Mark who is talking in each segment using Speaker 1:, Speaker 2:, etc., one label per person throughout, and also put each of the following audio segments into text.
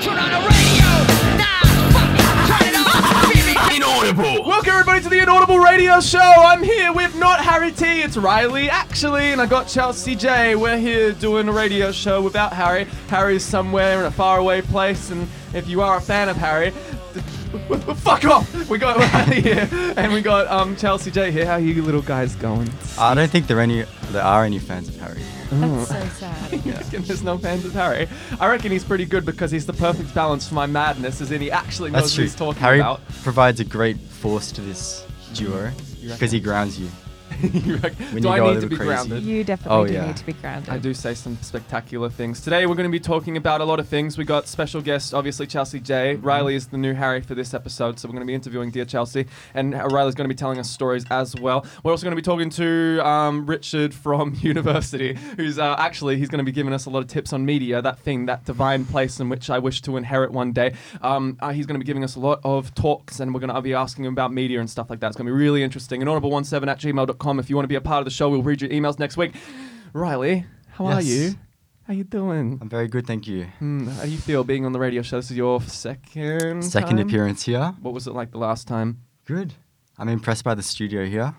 Speaker 1: Turn on the radio. Nah, fuck it. Turn it off. Baby,
Speaker 2: Inaudible.
Speaker 3: Welcome everybody to the Inaudible Radio Show. I'm here with not Harry T, it's Riley actually, and I got Chelsea J. We're here doing a radio show without Harry. Harry's somewhere in a faraway place, and if you are a fan of Harry, fuck off. We got Riley here, and we got um, Chelsea J here. How are you little guys going?
Speaker 4: I don't think there are any there are any fans of Harry. Mm.
Speaker 5: That's so sad.
Speaker 3: You reckon There's no fans of Harry. I reckon he's pretty good because he's the perfect balance for my madness, as in he actually knows
Speaker 4: That's
Speaker 3: what
Speaker 4: true.
Speaker 3: he's talking
Speaker 4: Harry
Speaker 3: about.
Speaker 4: provides a great force to this duo because he grounds you.
Speaker 3: You reckon-
Speaker 4: When
Speaker 3: Do
Speaker 4: you
Speaker 3: I
Speaker 4: go a
Speaker 3: need to
Speaker 4: little
Speaker 3: be
Speaker 4: crazy.
Speaker 3: grounded?
Speaker 5: You definitely
Speaker 4: Oh,
Speaker 5: do
Speaker 4: yeah.
Speaker 5: need to be grounded.
Speaker 3: I do say some spectacular things. Today we're going to be talking about a lot of things. We got special guest, obviously Chelsea J. Riley is the new Harry for this episode, so we're going to be interviewing dear Chelsea, and uh, Riley's going to be telling us stories as well. We're also going to be talking to um, Richard from university, who's uh, actually he's going to be giving us a lot of tips on media, that thing, that divine place in which I wish to inherit one day. Um, uh, he's going to be giving us a lot of talks, and we're going to be asking him about media and stuff like that. It's going to be really interesting. And audible17 at gmail.com. If you want to be a part of the show, we'll read your emails next week. Riley, how are
Speaker 4: Yes. Um,
Speaker 3: you? How you doing?
Speaker 4: I'm very good, thank you.
Speaker 5: Mm-hmm.
Speaker 3: Hmm, how do you feel being on the radio show? This is your second
Speaker 4: Second
Speaker 3: time?
Speaker 4: appearance here.
Speaker 3: What was it like the last time?
Speaker 4: Good. I'm impressed by the studio here.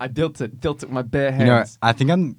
Speaker 3: I built it, built it with my bare
Speaker 4: You know,
Speaker 3: hands.
Speaker 4: I think I'm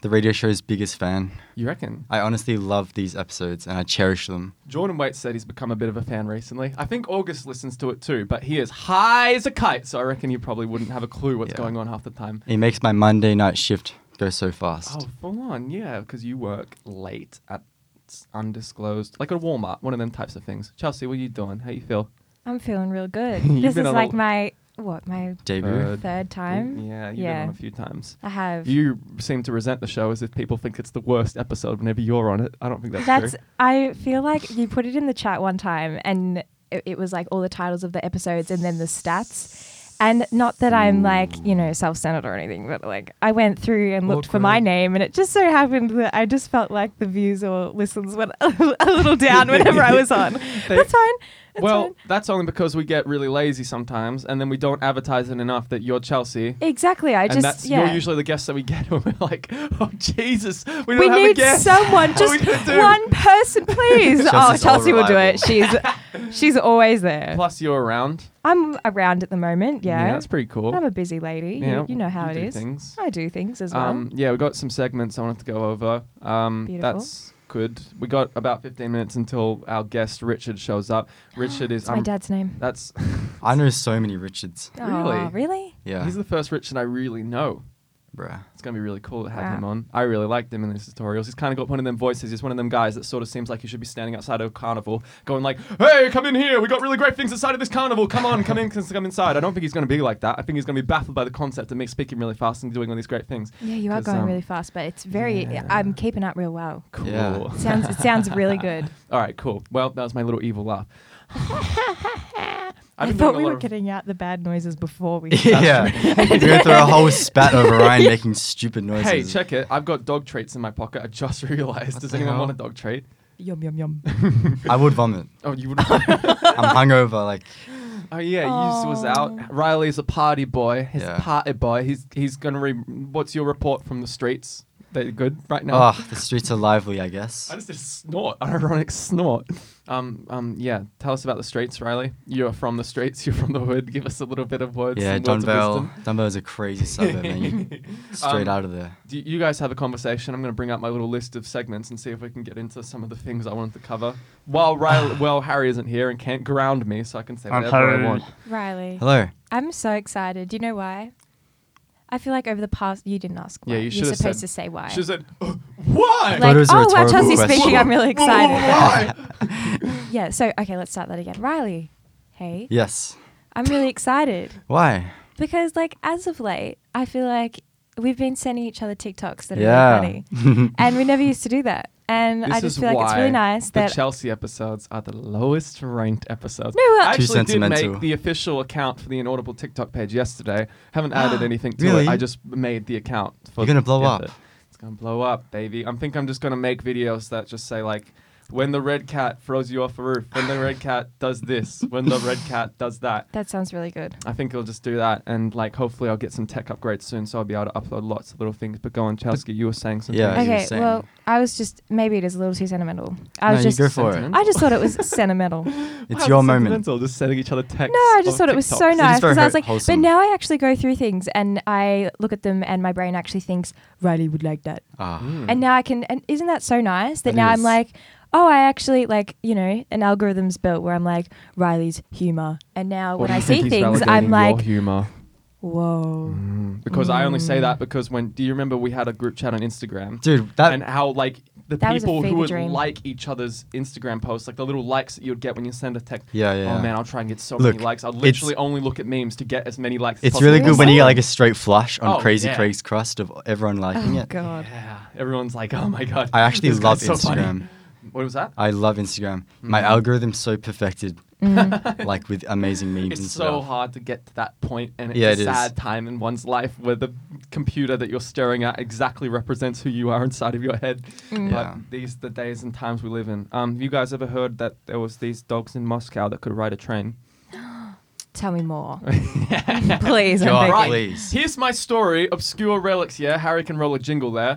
Speaker 4: the radio show's biggest fan.
Speaker 3: You, reckon?
Speaker 4: I honestly love these episodes and I cherish them.
Speaker 3: Jordan Waite said he's become a bit of a fan recently. I think August listens to it too, but he is high as a kite, so I reckon you probably wouldn't have a clue what's
Speaker 4: Yeah.
Speaker 3: going on half the time.
Speaker 4: It makes my Monday night shift go so fast.
Speaker 3: Oh, full on, yeah, because you work late at s- undisclosed, like a Walmart, one of them types of things. Chelsea, what are you doing? How you feel?
Speaker 5: I'm feeling real good.
Speaker 3: You've
Speaker 5: this
Speaker 3: been
Speaker 5: is
Speaker 3: on a
Speaker 5: like
Speaker 3: l-
Speaker 5: my what my
Speaker 4: Debut.
Speaker 3: Uh,
Speaker 5: third time.
Speaker 3: Yeah, you've been on a few times.
Speaker 5: I have.
Speaker 3: You seem to resent the show as if people think it's the worst episode whenever you're on it. I don't think that's,
Speaker 5: That's.
Speaker 3: true.
Speaker 5: I feel like you put it in the chat one time, and it, it was like all the titles of the episodes, and then the stats. And not that I'm like you know self-centered or anything, but like I went through and looked for my
Speaker 4: Awkward.
Speaker 5: name, and it just so happened that I just felt like the views or listens went a, little down whenever I was on. That's fine. That's
Speaker 3: well,
Speaker 5: fine.
Speaker 3: that's only because we get really lazy sometimes, and then we don't advertise it enough that you're Chelsea.
Speaker 5: exactly. I
Speaker 3: and
Speaker 5: just
Speaker 3: that's
Speaker 5: yeah.
Speaker 3: you're usually the guest that we get, and we're like, oh Jesus, we don't
Speaker 5: We
Speaker 3: have a
Speaker 5: need
Speaker 3: guest.
Speaker 5: someone,
Speaker 3: we
Speaker 5: just
Speaker 3: gonna do?
Speaker 5: one person, please. oh,
Speaker 4: Chelsea's
Speaker 5: Chelsea will do
Speaker 4: all-reliable.
Speaker 5: it. She's she's always there.
Speaker 3: Plus, you're around.
Speaker 5: I'm around at the moment. Yeah,
Speaker 3: that's pretty cool.
Speaker 5: I'm a busy lady. You-
Speaker 3: Yeah,
Speaker 5: you, know how
Speaker 3: you
Speaker 5: it
Speaker 3: do
Speaker 5: is.
Speaker 3: things.
Speaker 5: I do things as well.
Speaker 3: Um, yeah, we got some segments I wanted to go over. Um,
Speaker 5: Beautiful.
Speaker 3: that's good. We got about 15 minutes until our guest Richard shows up. Richard is
Speaker 5: it's my
Speaker 3: um,
Speaker 5: dad's name.
Speaker 3: That's
Speaker 4: I know so many Richards.
Speaker 5: Oh,
Speaker 3: really?
Speaker 5: really?
Speaker 4: Yeah.
Speaker 3: he's the first Richard I really know.
Speaker 4: bruh.
Speaker 3: It's gonna be really cool to have
Speaker 5: Wow.
Speaker 3: him on. I really liked him in his tutorials. He's kind of got one of them voices. He's one of them guys that sort of seems like he should be standing outside a carnival, going like, "Hey, come in here. We got really great things inside of this carnival. Come on, come in, come inside." I don't think he's gonna be like that. I think he's gonna be baffled by the concept of me speaking really fast and doing all these great things.
Speaker 5: Yeah, you are
Speaker 3: 'Cause,
Speaker 5: going
Speaker 3: um,
Speaker 5: really fast, but it's very.
Speaker 3: yeah.
Speaker 5: I'm keeping up real well.
Speaker 3: Cool.
Speaker 4: Yeah.
Speaker 5: Sounds it sounds really good.
Speaker 3: All right, cool. Well, that was my little evil laugh.
Speaker 5: I
Speaker 3: been
Speaker 5: thought
Speaker 3: doing a
Speaker 5: we
Speaker 3: lot
Speaker 5: were
Speaker 3: of-
Speaker 5: getting out the bad noises before we.
Speaker 4: yeah. We're going through a whole spat over Ryan making stupid noises.
Speaker 3: Hey, check it. I've got dog treats in my pocket. I just realized. Does
Speaker 4: the
Speaker 3: anyone
Speaker 4: hell?
Speaker 3: want a dog treat?
Speaker 5: yum yum yum.
Speaker 4: I would vomit.
Speaker 3: Oh, you would.
Speaker 4: I'm hungover. Like,
Speaker 3: Oh yeah, Yus was out. Riley's a party boy. He's
Speaker 4: Yeah.
Speaker 3: a party boy. He's he's gonna re. What's your report from the streets? They're good right now.
Speaker 4: oh, the streets are lively. I guess.
Speaker 3: I just did a snort, an ironic snort. Um, um, yeah. Tell us about the streets, Riley. You're from the streets. You're from the hood. Give us a little bit of words.
Speaker 4: Yeah,
Speaker 3: and words of
Speaker 4: Donvale.
Speaker 3: wisdom.
Speaker 4: Donvale is a crazy suburb, man. You- Straight
Speaker 3: Um,
Speaker 4: out of there.
Speaker 3: Do you guys have a conversation? I'm gonna bring up my little list of segments and see if we can get into some of the things I wanted to cover. While Riley, well, Harry isn't here and can't ground me, so I can say
Speaker 4: I'm
Speaker 3: whatever I
Speaker 4: Harry.
Speaker 3: want.
Speaker 5: Riley.
Speaker 4: Hello.
Speaker 5: I'm so excited. Do you know why? I feel like over the past, you didn't ask why.
Speaker 3: Yeah, you should
Speaker 5: are
Speaker 3: have
Speaker 5: supposed
Speaker 3: said-
Speaker 5: to say why.
Speaker 3: She said, "Uh, "Why?"
Speaker 4: Thought
Speaker 5: like,
Speaker 4: it was a
Speaker 5: oh, wow,
Speaker 4: rhetorical
Speaker 5: Chelsea's
Speaker 4: question.
Speaker 5: speaking. I'm really excited.
Speaker 3: Why?
Speaker 4: Oh,
Speaker 5: yeah, so, okay, let's start that again. Riley, hey,
Speaker 4: Yes.
Speaker 5: I'm really excited
Speaker 4: Why?
Speaker 5: because, like, as of late, I feel like we've been sending each other TikToks that are
Speaker 4: Yeah.
Speaker 5: really funny. and we never used to do that. And I just feel like it's really nice
Speaker 3: the
Speaker 5: that.
Speaker 3: Chelsea episodes are the lowest ranked episodes.
Speaker 5: No, well-
Speaker 3: I
Speaker 4: Too
Speaker 3: actually did make
Speaker 4: sentimental.
Speaker 3: the official account for the Inaudible TikTok page yesterday. Haven't added anything to
Speaker 4: Really?
Speaker 3: it. I just made the account. For
Speaker 4: You're gonna
Speaker 3: the
Speaker 4: blow
Speaker 3: effort.
Speaker 4: up.
Speaker 3: It's gonna blow up, baby. I think I'm just gonna make videos that just say like When the red cat throws you off a roof. When the red cat does this. When the red cat does that.
Speaker 5: That sounds really good.
Speaker 3: I think I'll just do that, and like hopefully I'll get some tech upgrades soon, so I'll be able to upload lots of little things. But go on, Chelsky, you were saying something.
Speaker 4: Yeah. As you were
Speaker 5: Okay,
Speaker 4: saying.
Speaker 5: well, I was just maybe it is a little too sentimental. I
Speaker 4: No,
Speaker 5: was
Speaker 4: you
Speaker 5: just
Speaker 4: go for it.
Speaker 3: sentiment.
Speaker 5: I just thought it was sentimental.
Speaker 4: It's your moment.
Speaker 3: sentimental, Just sending each other texts.
Speaker 5: No, I
Speaker 3: of
Speaker 5: just thought it was so
Speaker 3: TikToks.
Speaker 5: nice
Speaker 4: very
Speaker 5: because I was
Speaker 4: whole-
Speaker 5: like,
Speaker 4: wholesome.
Speaker 5: but now I actually go through things and I look at them and my brain actually thinks Riley would like that,
Speaker 4: Ah,
Speaker 3: Mm.
Speaker 5: and now I can. And isn't that so nice that
Speaker 4: That
Speaker 5: now I'm
Speaker 4: is.
Speaker 5: like, oh, I actually like you know an algorithm's built where I'm like Riley's humor, and now
Speaker 3: Or
Speaker 5: when
Speaker 3: do
Speaker 5: I
Speaker 3: you think
Speaker 5: see
Speaker 3: he's
Speaker 5: things,
Speaker 3: validating
Speaker 5: I'm
Speaker 3: your Mm.
Speaker 5: like,
Speaker 3: humor.
Speaker 5: whoa.
Speaker 3: Because I only say
Speaker 5: Mm.
Speaker 3: that because when do you remember we had a group chat on Instagram?
Speaker 4: dude, that
Speaker 3: and how like the
Speaker 5: That was a
Speaker 3: people who
Speaker 5: fever
Speaker 3: would
Speaker 5: dream.
Speaker 3: like each other's Instagram posts, like the little likes that you'd get when you send a text.
Speaker 4: Yeah, yeah.
Speaker 3: Oh man, I'll try and get so
Speaker 4: Look,
Speaker 3: many likes. I'll
Speaker 4: it's-
Speaker 3: literally only look at memes to get as many likes.
Speaker 4: it's
Speaker 3: as
Speaker 4: really
Speaker 3: possible.
Speaker 4: good when you get
Speaker 5: Same.
Speaker 4: like a straight flush on
Speaker 3: Oh,
Speaker 4: Crazy
Speaker 3: yeah.
Speaker 4: Craig's crust of everyone liking
Speaker 5: Oh
Speaker 4: it.
Speaker 5: god.
Speaker 3: Yeah, everyone's like, oh my god.
Speaker 4: I actually
Speaker 3: this
Speaker 4: love
Speaker 3: guy's so funny." Mm.
Speaker 4: Instagram.
Speaker 3: What was that?
Speaker 4: I love Instagram. My algorithm's so perfected,
Speaker 5: Mm.
Speaker 4: like with amazing memes and
Speaker 3: It's so
Speaker 4: stuff.
Speaker 3: hard to get to that point, and it's
Speaker 4: Yeah,
Speaker 3: a
Speaker 4: it is.
Speaker 3: sad time in one's life where the computer that you're staring at exactly represents who you are inside of your head.
Speaker 4: Yeah.
Speaker 3: But these the days and times we live in. Um, you guys ever heard that there was these dogs in Moscow that could ride a train?
Speaker 5: Tell me more. Please, I'm
Speaker 4: God,
Speaker 5: begging.
Speaker 4: Right.
Speaker 3: Right.
Speaker 4: Please.
Speaker 3: Here's my story. Obscure relics. Yeah, Harry can roll a jingle there.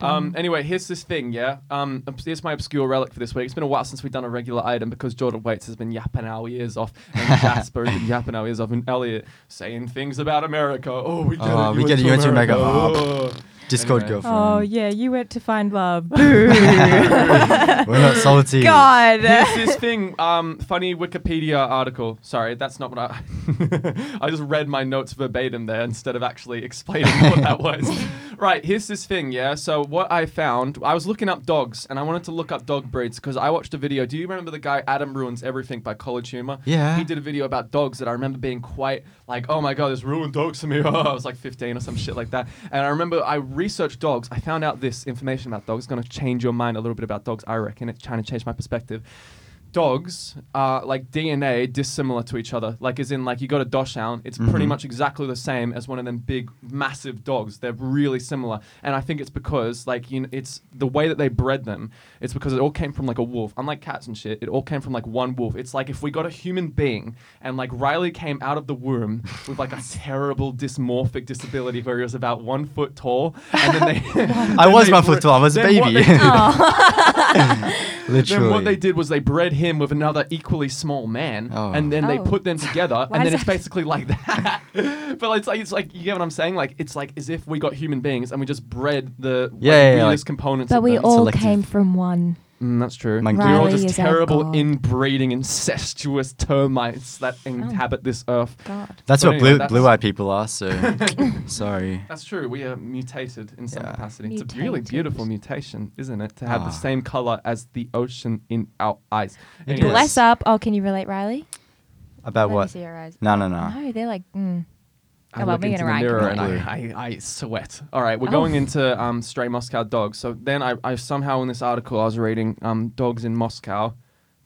Speaker 3: Um, anyway, here's this thing, yeah? Um, obs- here's my obscure relic for this week. It's been a while since we've done a regular item because Jordan Waits has been yapping our ears off, and Jasper has been yapping our ears off, and Elliot saying things about America. Oh, we get
Speaker 4: Oh,
Speaker 3: it.
Speaker 4: we get it, you went to America.
Speaker 3: Oh.
Speaker 4: Discord
Speaker 3: Anyway.
Speaker 4: girlfriend.
Speaker 5: Oh yeah, you went to find love. Boo.
Speaker 4: We're not salty.
Speaker 5: God.
Speaker 3: Here's this thing, um, funny Wikipedia article. Sorry, that's not what I. I just read my notes verbatim there instead of actually explaining what that was. Right, here's this thing, yeah. So what I found, I was looking up dogs, and I wanted to look up dog breeds because I watched a video. Do you remember the guy Adam ruins everything by College Humor?
Speaker 4: Yeah.
Speaker 3: He did a video about dogs that I remember being quite like, oh my god, this ruined dogs for me. Oh, I was like 15 or some shit like that. And I remember I researched dogs. I found out this information about dogs. It's going to change your mind a little bit about dogs, I reckon. It's trying to change my perspective. Dogs are like DNA dissimilar to each other. Like, as in, like, you go to Dachshund, it's pretty
Speaker 4: Mm-hmm.
Speaker 3: much exactly the same as one of them big, massive dogs. They're really similar. And I think it's because, like, you know, it's the way that they bred them, it's because it all came from, like, a wolf. Unlike cats and shit, it all came from, like, one wolf. It's like if we got a human being and, like, Riley came out of the womb with, like, a terrible dysmorphic disability where he was about one foot tall. And then they.
Speaker 4: I
Speaker 3: then
Speaker 4: was
Speaker 3: they
Speaker 4: one foot
Speaker 3: bre-
Speaker 4: tall. I was a
Speaker 3: then what
Speaker 4: baby.
Speaker 3: they did-
Speaker 5: Oh.
Speaker 4: Literally.
Speaker 3: then what they did was they bred him with another equally small man,
Speaker 4: Oh.
Speaker 3: and then they
Speaker 5: Oh.
Speaker 3: put them together,
Speaker 5: Why
Speaker 3: and
Speaker 5: is
Speaker 3: then it's
Speaker 5: that-
Speaker 3: basically like that. but it's like it's like you get what I'm saying. Like it's like as if we got human beings and we just bred the like,
Speaker 4: Yeah, yeah, yeah,
Speaker 3: weirdest
Speaker 4: like-
Speaker 3: components.
Speaker 5: But
Speaker 3: of
Speaker 5: we
Speaker 3: them.
Speaker 5: all
Speaker 4: selective.
Speaker 5: came from one.
Speaker 3: Mm, that's true.
Speaker 4: Monkey.
Speaker 3: We're all
Speaker 5: Riley
Speaker 3: just
Speaker 5: is our
Speaker 3: terrible
Speaker 5: god. Oh
Speaker 3: inbreeding, incestuous termites that inhabit this earth.
Speaker 5: God.
Speaker 4: That's
Speaker 3: But
Speaker 4: what
Speaker 3: anyway,
Speaker 4: blue
Speaker 3: that's-
Speaker 4: blue eyed people are, so sorry.
Speaker 3: That's true. We are mutated in some
Speaker 4: Yeah.
Speaker 3: capacity. It's a really
Speaker 5: Mutated.
Speaker 3: beautiful mutation, isn't it? To have
Speaker 4: Ah.
Speaker 3: the same color as the ocean in our eyes.
Speaker 4: It
Speaker 3: Anyway.
Speaker 4: is.
Speaker 5: Bless up. Oh, can you relate, Riley?
Speaker 4: About
Speaker 5: Let me
Speaker 4: Uh, what?
Speaker 5: see your eyes.
Speaker 4: No, no, no.
Speaker 5: No, they're like, mm.
Speaker 3: I
Speaker 5: About
Speaker 3: look
Speaker 5: being
Speaker 3: into
Speaker 5: an
Speaker 3: the mirror and
Speaker 5: orangutan.
Speaker 3: I, I, I sweat. All right, we're
Speaker 5: Oh.
Speaker 3: going into um, stray Moscow dogs. So then I, I somehow in this article I was reading um, dogs in Moscow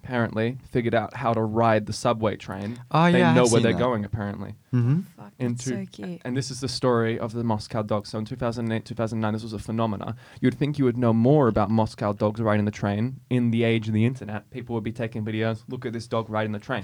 Speaker 3: apparently figured out how to ride the subway train.
Speaker 4: Oh,
Speaker 3: they
Speaker 4: yeah, I've
Speaker 3: know where
Speaker 4: seen
Speaker 3: they're
Speaker 4: that.
Speaker 3: going apparently.
Speaker 4: Mm-hmm.
Speaker 5: Fuck,
Speaker 3: And
Speaker 5: that's
Speaker 3: two-
Speaker 5: so cute.
Speaker 3: And this is the story of the Moscow dog. So in 2008, 2009, this was a phenomena. You'd think you would know more about Moscow dogs riding the train. In the age of the internet, people would be taking videos. Look at this dog riding the train.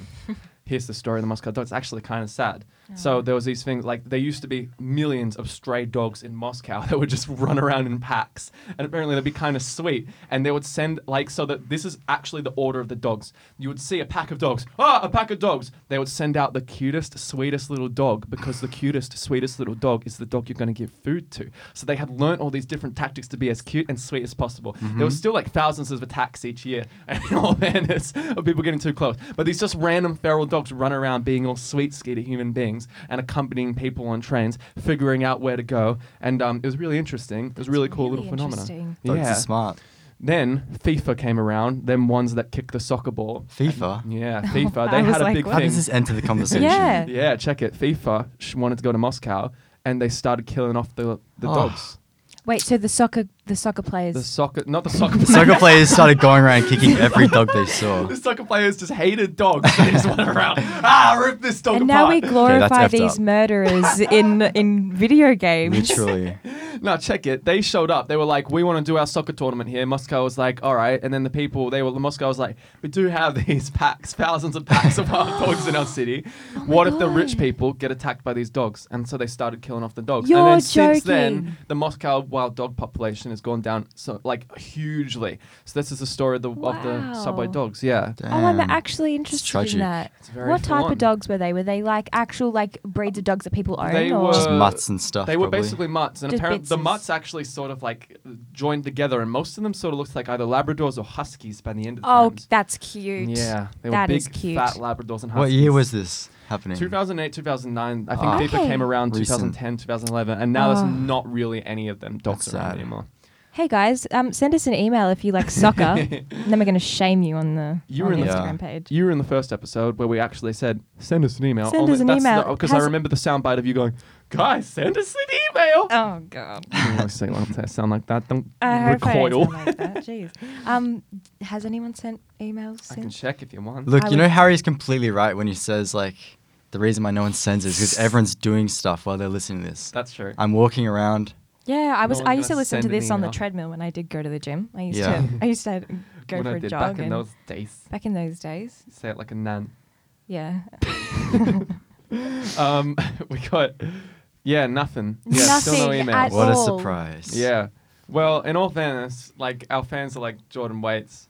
Speaker 3: Here's the story of the Moscow dog. It's actually kind of sad. So there was these things like there used to be millions of stray dogs in Moscow that would just run around in packs, and apparently they'd be kind of sweet. And they would send like so that this is actually the order of the dogs. You would see a pack of dogs. Ah, a pack of dogs. They would send out the cutest, sweetest little dog because the cutest, sweetest little dog is the dog you're going to give food to. So they had learned all these different tactics to be as cute and sweet as possible. There
Speaker 4: Mm-hmm.
Speaker 3: was still like thousands of attacks each year, and in all fairness, of people getting too close. But these just random feral dogs run around being all sweet, skeety human beings and accompanying people on trains, figuring out where to go. And um, it was really interesting. It was a really cool
Speaker 5: really
Speaker 3: little phenomenon.
Speaker 5: interesting.
Speaker 4: Dogs are smart.
Speaker 3: Then FIFA came around, them ones that kick the soccer ball.
Speaker 4: FIFA.
Speaker 3: Yeah, FIFA.
Speaker 5: I
Speaker 3: They
Speaker 5: was
Speaker 3: had a
Speaker 5: like,
Speaker 3: big
Speaker 5: what?
Speaker 4: How
Speaker 3: thing.
Speaker 4: does this enter the conversation?
Speaker 5: Yeah.
Speaker 3: Yeah, check it. FIFA sh- wanted to go to Moscow and they started killing off the, the
Speaker 4: Oh.
Speaker 3: dogs.
Speaker 5: Wait, so the soccer the soccer players.
Speaker 3: The soccer, not the soccer.
Speaker 4: Soccer players started going around kicking every dog they saw.
Speaker 3: the soccer players just hated dogs. They just went around. Ah, rip this dog
Speaker 5: and now
Speaker 3: apart.
Speaker 5: we glorify
Speaker 4: effed
Speaker 5: these
Speaker 4: up.
Speaker 5: murderers in in video games.
Speaker 4: Literally.
Speaker 3: No, check it. They showed up. They were like, "We want to do our soccer tournament here." Moscow was like, "All right." And then the people, they were Moscow was like, "We do have these packs, thousands of packs of wild dogs in our city. what if the rich
Speaker 5: Oh God.
Speaker 3: people get attacked by these dogs?" And so they started killing off the dogs.
Speaker 5: You're
Speaker 3: and then since then,
Speaker 5: joking.
Speaker 3: the Moscow wild dog population has gone down so like hugely. So this is the story of the of the subway
Speaker 5: Wow.
Speaker 3: dogs. Yeah.
Speaker 5: Oh, I'm
Speaker 4: Damn.
Speaker 5: actually interested in
Speaker 4: tragic.
Speaker 5: that.
Speaker 3: It's very
Speaker 5: what type
Speaker 3: full on.
Speaker 5: of dogs were they? Were they like actual like breeds of dogs that people own?
Speaker 3: They
Speaker 5: or?
Speaker 3: were-
Speaker 4: Just mutts and stuff.
Speaker 3: Uh, They were
Speaker 4: probably.
Speaker 3: basically mutts, and
Speaker 5: Just
Speaker 3: apparently the
Speaker 5: bitches.
Speaker 3: mutts actually sort of like joined together, and most of them sort of looked like either Labradors or Huskies by the end of the
Speaker 5: oh,
Speaker 3: times.
Speaker 5: that's cute.
Speaker 3: Yeah, they
Speaker 5: That
Speaker 3: were big,
Speaker 5: is cute.
Speaker 3: fat Labradors and Huskies.
Speaker 4: What year was this happening?
Speaker 3: 2008, 2009. I think
Speaker 4: Ah.
Speaker 3: they became
Speaker 5: Okay.
Speaker 3: around
Speaker 4: Recent.
Speaker 3: 2010, 2011, and now there's
Speaker 5: Ah.
Speaker 3: not really any of them dogs
Speaker 4: That's
Speaker 3: around
Speaker 4: sad.
Speaker 3: anymore.
Speaker 5: Hey guys, um, send us an email if you like soccer. and then we're gonna shame you on the
Speaker 3: You were in
Speaker 5: on the
Speaker 3: the-
Speaker 5: Instagram
Speaker 4: Yeah.
Speaker 5: page.
Speaker 3: You were in the first episode where we actually said, "Send us an email." Oh,
Speaker 5: Send us an email.
Speaker 3: because I
Speaker 5: Has-
Speaker 3: remember the soundbite of you going, "Guys, send us an email."
Speaker 5: Oh god.
Speaker 3: You always say like that, sound like that. Don't
Speaker 5: I hope Uh, I don't
Speaker 3: recoil.
Speaker 5: sound like that. Jeez. Um, has anyone sent emails?
Speaker 3: I can
Speaker 5: Since?
Speaker 3: check if you want.
Speaker 4: Look,
Speaker 5: I
Speaker 4: you know
Speaker 5: would-
Speaker 4: Harry's completely right when he says like the reason why no one sends is because everyone's doing stuff while they're listening to this.
Speaker 3: That's true.
Speaker 4: I'm walking around.
Speaker 5: Yeah, I
Speaker 3: No
Speaker 5: was.
Speaker 3: one's
Speaker 5: I used to
Speaker 3: gonna
Speaker 5: listen to
Speaker 3: send an
Speaker 5: this on the
Speaker 3: email.
Speaker 5: treadmill when I did go to the gym. I used
Speaker 4: Yeah.
Speaker 5: to. I used to go
Speaker 3: What
Speaker 5: for
Speaker 3: I
Speaker 5: a
Speaker 3: did
Speaker 5: jog.
Speaker 3: back in
Speaker 5: and-
Speaker 3: those days.
Speaker 5: back in those days.
Speaker 3: Say it like a nan.
Speaker 5: Yeah.
Speaker 3: Um, we got yeah, nothing. Yeah, still no
Speaker 5: Nothing
Speaker 3: email.
Speaker 5: at
Speaker 4: what
Speaker 5: all.
Speaker 4: a surprise.
Speaker 3: Yeah. Well, in all fairness, like our fans are like Jordan Waits,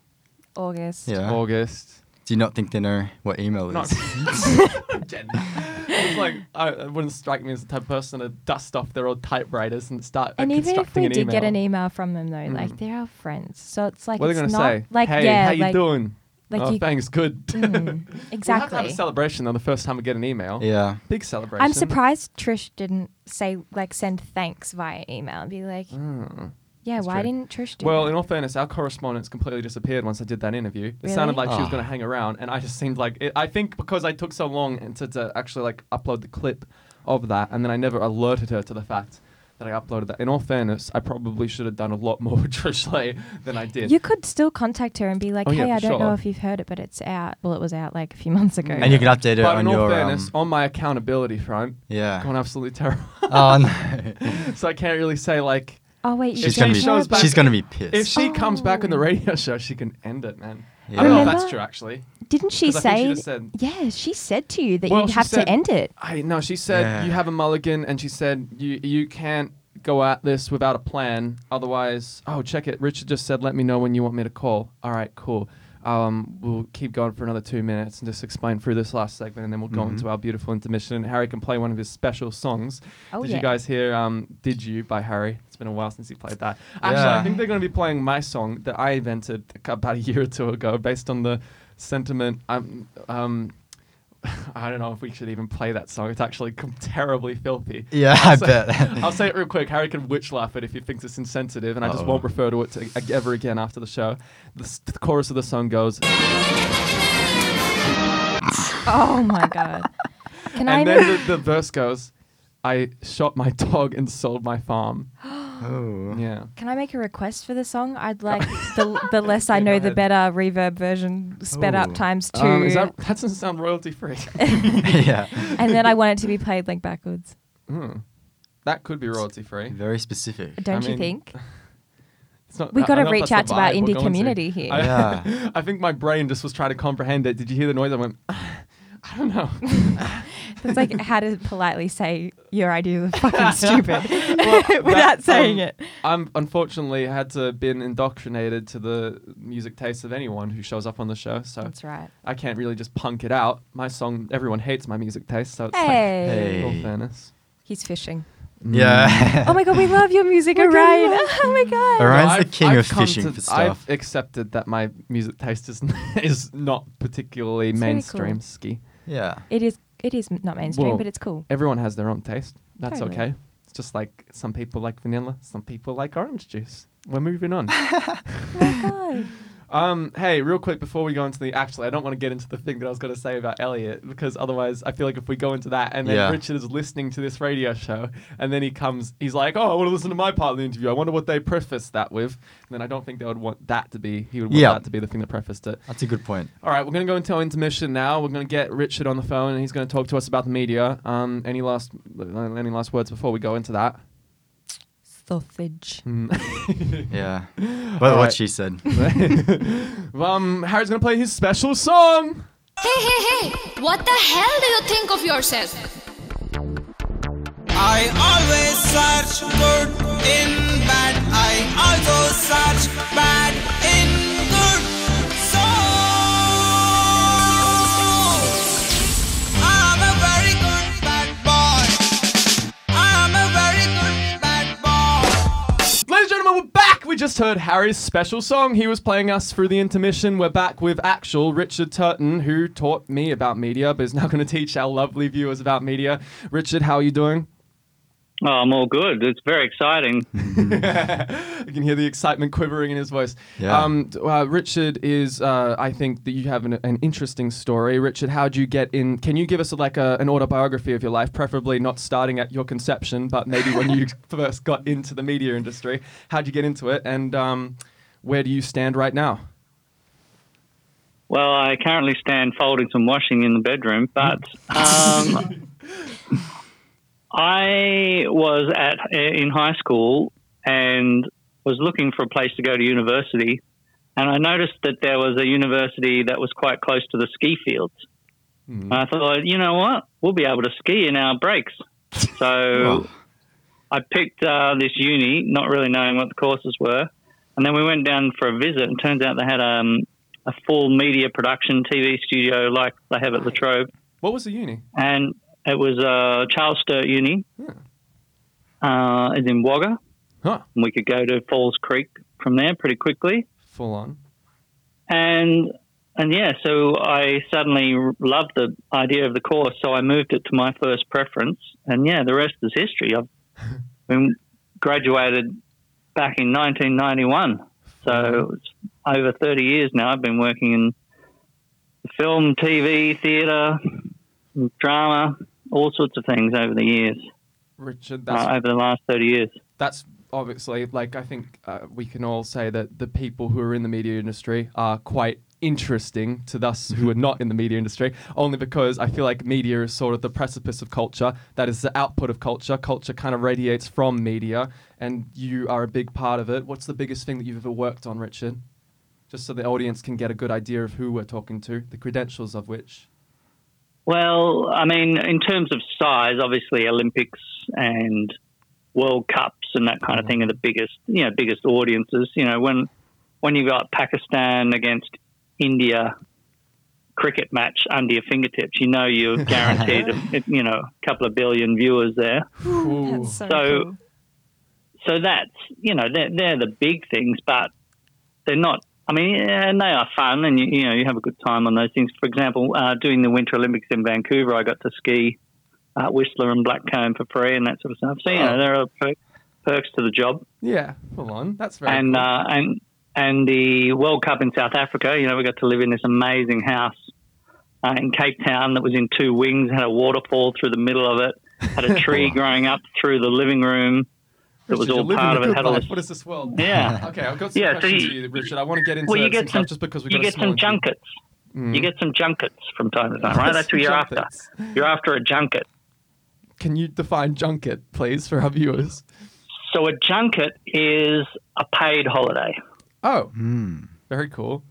Speaker 5: August.
Speaker 4: Yeah.
Speaker 3: August.
Speaker 4: Do you not think they know what email
Speaker 3: Not
Speaker 4: is?
Speaker 3: it's like I, it wouldn't strike me as the type of person to dust off their old typewriters and start. uh,
Speaker 5: And even if
Speaker 3: constructing
Speaker 5: we
Speaker 3: an
Speaker 5: did
Speaker 3: email.
Speaker 5: get an email from them though, like
Speaker 3: Mhm.
Speaker 5: they're our friends, so it's like
Speaker 3: what are
Speaker 5: it's
Speaker 3: they gonna
Speaker 5: not
Speaker 3: say?
Speaker 5: like
Speaker 3: hey,
Speaker 5: yeah,
Speaker 3: how you
Speaker 5: like,
Speaker 3: doing?
Speaker 5: like
Speaker 3: oh,
Speaker 5: you-
Speaker 3: thanks, good.
Speaker 5: Mm,
Speaker 3: We'll have to have
Speaker 5: exactly.
Speaker 3: a celebration though. The first time we get an email,
Speaker 4: yeah.
Speaker 3: big celebration.
Speaker 5: I'm surprised Trish didn't say like send thanks via email and be like,
Speaker 3: Mm.
Speaker 5: yeah,
Speaker 3: that's
Speaker 5: why
Speaker 3: true.
Speaker 5: didn't Trish do?
Speaker 3: Well,
Speaker 5: that?
Speaker 3: in all fairness, our correspondence completely disappeared once I did that interview. It sounded
Speaker 5: Really?
Speaker 3: like she was
Speaker 4: Ah.
Speaker 3: going to hang around, and I just seemed like it, I think because I took so long and to, to actually like upload the clip of that, and then I never alerted her to the fact that I uploaded that. In all fairness, I probably should have done a lot more with Trish Lay than I did.
Speaker 5: you could still contact her and be like,
Speaker 3: Oh,
Speaker 5: hey,
Speaker 3: yeah,
Speaker 5: I
Speaker 3: for
Speaker 5: don't know
Speaker 3: sure.
Speaker 5: if you've heard it, but it's out. Well, it was out like a few months ago.
Speaker 4: And you can update it
Speaker 3: but in
Speaker 4: on
Speaker 3: all
Speaker 4: your
Speaker 3: fairness,
Speaker 4: um,
Speaker 3: on my accountability front,
Speaker 4: yeah.
Speaker 3: gone absolutely terrible.
Speaker 4: Oh no.
Speaker 3: so I can't really say like
Speaker 5: oh wait, you
Speaker 4: she's
Speaker 5: can
Speaker 4: gonna
Speaker 3: she
Speaker 4: be
Speaker 3: shows back-
Speaker 4: she's gonna be
Speaker 3: if
Speaker 4: pissed.
Speaker 3: she comes back on the
Speaker 5: Oh.
Speaker 3: radio show, she can end it, man.
Speaker 4: Yeah.
Speaker 3: I don't know if that's
Speaker 5: Remember-
Speaker 3: true actually.
Speaker 5: Didn't she
Speaker 3: 'Cause I think she
Speaker 5: say?
Speaker 3: just said-
Speaker 5: yeah, she said to you that
Speaker 3: Well,
Speaker 5: you'd
Speaker 3: she
Speaker 5: have
Speaker 3: said-
Speaker 5: to end it.
Speaker 3: I no, she said
Speaker 4: Yeah.
Speaker 3: you have a mulligan, and she said you you can't go at this without a plan. Otherwise, oh check it. Richard just said, let me know when you want me to call. All right, cool. Um, we'll keep going for another two minutes and just explain through this last segment, and then we'll go
Speaker 4: Mhm.
Speaker 3: into our beautiful intermission. And Harry can play one of his special songs.
Speaker 5: Oh
Speaker 3: Did
Speaker 5: yeah.
Speaker 3: you guys hear um, "Did You" by Harry? It's been a while since he played that. Actually, I
Speaker 4: Yeah.
Speaker 3: think they're going to be playing my song that I invented a cou- about a year or two ago, based on the sentiment. Um, um, I don't know if we should even play that song. It's actually com- terribly filthy.
Speaker 4: Yeah,
Speaker 3: I'll
Speaker 4: I
Speaker 3: say-
Speaker 4: bet.
Speaker 3: I'll say it real quick. Harry can witch laugh it if he thinks it's insensitive, and I just
Speaker 4: Uh-oh.
Speaker 3: won't refer to it to, ag- ever again after the show. The, s- the chorus of the song goes,
Speaker 5: Oh my god. Can I?
Speaker 3: and
Speaker 5: even-
Speaker 3: then the, the verse goes, "I shot my dog and sold my farm."
Speaker 4: oh.
Speaker 3: Yeah.
Speaker 5: Can I make a request for the song? I'd like the, the less I know, the
Speaker 3: Go ahead.
Speaker 5: better reverb version sped
Speaker 4: Ooh.
Speaker 5: up times two.
Speaker 3: Um, is that, that doesn't sound royalty free.
Speaker 4: yeah.
Speaker 5: and then I want it to be played like backwards.
Speaker 3: Hmm. That could be royalty free.
Speaker 4: Very specific.
Speaker 5: Don't you
Speaker 3: mean,
Speaker 5: think?
Speaker 3: It's not.
Speaker 5: We
Speaker 3: I- I
Speaker 5: got to
Speaker 3: don't know if
Speaker 5: reach
Speaker 3: that's the
Speaker 5: out to our
Speaker 3: vibe we're
Speaker 5: indie
Speaker 3: going
Speaker 5: community here.
Speaker 3: I,
Speaker 4: Yeah.
Speaker 3: I think my brain just was trying to comprehend it. Did you hear the noise? I went. I don't know.
Speaker 5: It's like how to politely say your idea is fucking stupid
Speaker 3: Well, that,
Speaker 5: without saying
Speaker 3: um,
Speaker 5: it.
Speaker 3: I'm unfortunately had to been indoctrinated to the music taste of anyone who shows up on the show, so
Speaker 5: That's right.
Speaker 3: I can't really just punk it out. My song, everyone hates my music taste, so it's
Speaker 5: Hey.
Speaker 3: like, in all
Speaker 4: Hey.
Speaker 3: fairness.
Speaker 5: He's fishing.
Speaker 3: Mm.
Speaker 4: Yeah.
Speaker 5: Oh my god, we love your music, Orion. Oh my god.
Speaker 4: Orion- Ryan's the
Speaker 3: I've-
Speaker 4: king
Speaker 3: I've
Speaker 4: of
Speaker 3: come
Speaker 4: fishing
Speaker 3: to-
Speaker 4: for stuff.
Speaker 3: I've accepted that my music taste is is not particularly
Speaker 5: It's very cool.
Speaker 3: mainstream ski.
Speaker 4: yeah.
Speaker 5: It is. It is not mainstream,
Speaker 3: Well,
Speaker 5: but it's cool.
Speaker 3: Everyone has their own taste. That's
Speaker 5: Totally.
Speaker 3: okay. It's just like some people like vanilla, some people like orange juice. We're moving on.
Speaker 5: Oh my god.
Speaker 3: Um, hey, real quick before we go into the actually, I don't want to get into the thing that I was going to say about Elliot because otherwise, I feel like if we go into that and then
Speaker 4: Yeah.
Speaker 3: Richard is listening to this radio show and then he comes, he's like, "Oh, I want to listen to my part of the interview. I wonder what they prefaced that with." And then I don't think they would want that to be. He would want
Speaker 4: Yeah.
Speaker 3: that to be the thing that prefaced it.
Speaker 4: That's a good point.
Speaker 3: All right, we're going to go into our intermission now. We're going to get Richard on the phone and he's going to talk to us about the media. Um, any last any last words before we go into that?
Speaker 5: Sausage.
Speaker 4: Yeah. But what
Speaker 3: right.
Speaker 4: she said.
Speaker 3: um, Harry's going to play his special song.
Speaker 2: Hey, hey, hey! What the hell do you think of yourself?
Speaker 6: I always search good in bad. I also search bad in good. So I'm a very good bad boy. I'm a very good bad boy.
Speaker 3: Ladies and gentlemen, we're back. We just heard Harry's special song. He was playing us through the intermission. We're back with actual Richard Turton, who taught me about media, but is now going to teach our lovely viewers about media. Richard, how are you doing?
Speaker 7: Oh, I'm all good. It's very exciting.
Speaker 3: You can hear the excitement quivering in his voice.
Speaker 4: Yeah.
Speaker 3: Um, t- uh, Richard is, uh, I think that you have an, an interesting story. Richard, how do you get in? Can you give us like a, an autobiography of your life, preferably not starting at your conception, but maybe when you first got into the media industry? How'd you get into it? And um, where do you stand right now?
Speaker 7: Well, I currently stand folding some washing in the bedroom, but um, I was at in high school and was looking for a place to go to university, and I noticed that there was a university that was quite close to the ski fields. And I thought, you know what, we'll be able to ski in our breaks. So
Speaker 4: Wow.
Speaker 7: I picked uh, this uni, not really knowing what the courses were, and then we went down for a visit. And turns out they had um, a full media production TV studio like they have at Latrobe,
Speaker 3: What was the uni?
Speaker 7: and it was uh, Charles Sturt Uni. Uh, it's in Wagga,
Speaker 3: Huh.
Speaker 7: and we could go to Falls Creek from there pretty quickly.
Speaker 3: Full on.
Speaker 7: And and yeah, so I suddenly r- loved the idea of the course, so I moved it to my first preference. And yeah, the rest is history. I've been graduated back in 1991, so it's over 30 years now. I've been working in film, TV, theatre, drama, all sorts of things over the years,
Speaker 3: Richard, that's
Speaker 7: uh, over the last 30 years.
Speaker 3: that's obviously like I think uh, we can all say that the people who are in the media industry are quite interesting to us
Speaker 7: Mm-hmm.
Speaker 3: who are not in the media industry only because I feel like media is sort of the precipice of culture that is the output of culture culture kind of radiates from media and you are a big part of it what's the biggest thing that you've ever worked on Richard just so the audience can get a good idea of who we're talking to the credentials of which
Speaker 7: Well, I mean, in terms of size, obviously Olympics and World Cups and that kind of thing are the biggest, you know, biggest audiences. You know, when when you got Pakistan against India cricket match under your fingertips, you know you're guaranteed, you know, a couple of billion viewers there.
Speaker 3: Ooh.
Speaker 5: That's so,
Speaker 7: So-
Speaker 5: cool.
Speaker 7: So that's, you know, they're, they're the big things, but they're not. I mean, yeah, and they are fun, and you, you know you have a good time on those things. For example, uh, doing the Winter Olympics in Vancouver, I got to ski uh, Whistler and Blackcomb for free and that sort of stuff. So you know
Speaker 3: Oh.
Speaker 7: there are per- perks to the job,
Speaker 3: yeah hold on that's very
Speaker 7: and
Speaker 3: cool.
Speaker 7: uh, and and the World Cup in South Africa. You know we got to live in this amazing house uh, in Cape Town that was in two wings, had a waterfall through the middle of it, had a tree growing up through the living room. It was
Speaker 3: Richard,
Speaker 7: all
Speaker 3: you're living
Speaker 7: part
Speaker 3: the
Speaker 7: of it.
Speaker 3: good
Speaker 7: Had all
Speaker 3: life.
Speaker 7: this
Speaker 3: what is this world
Speaker 7: Yeah.
Speaker 3: okay I've got some
Speaker 7: Yeah, so
Speaker 3: questions
Speaker 7: you-
Speaker 3: for you Richard I want to get into
Speaker 7: well, you
Speaker 3: some
Speaker 7: get
Speaker 3: stuff
Speaker 7: some
Speaker 3: just because we
Speaker 7: you get some junkets. You get some junkets from time to time, right? That's what you're after.
Speaker 3: Mm. Junkets.
Speaker 7: You're after a junket.
Speaker 3: Can you define junket, please, for our viewers?
Speaker 7: So a junket is a paid holiday,
Speaker 3: Oh, very cool.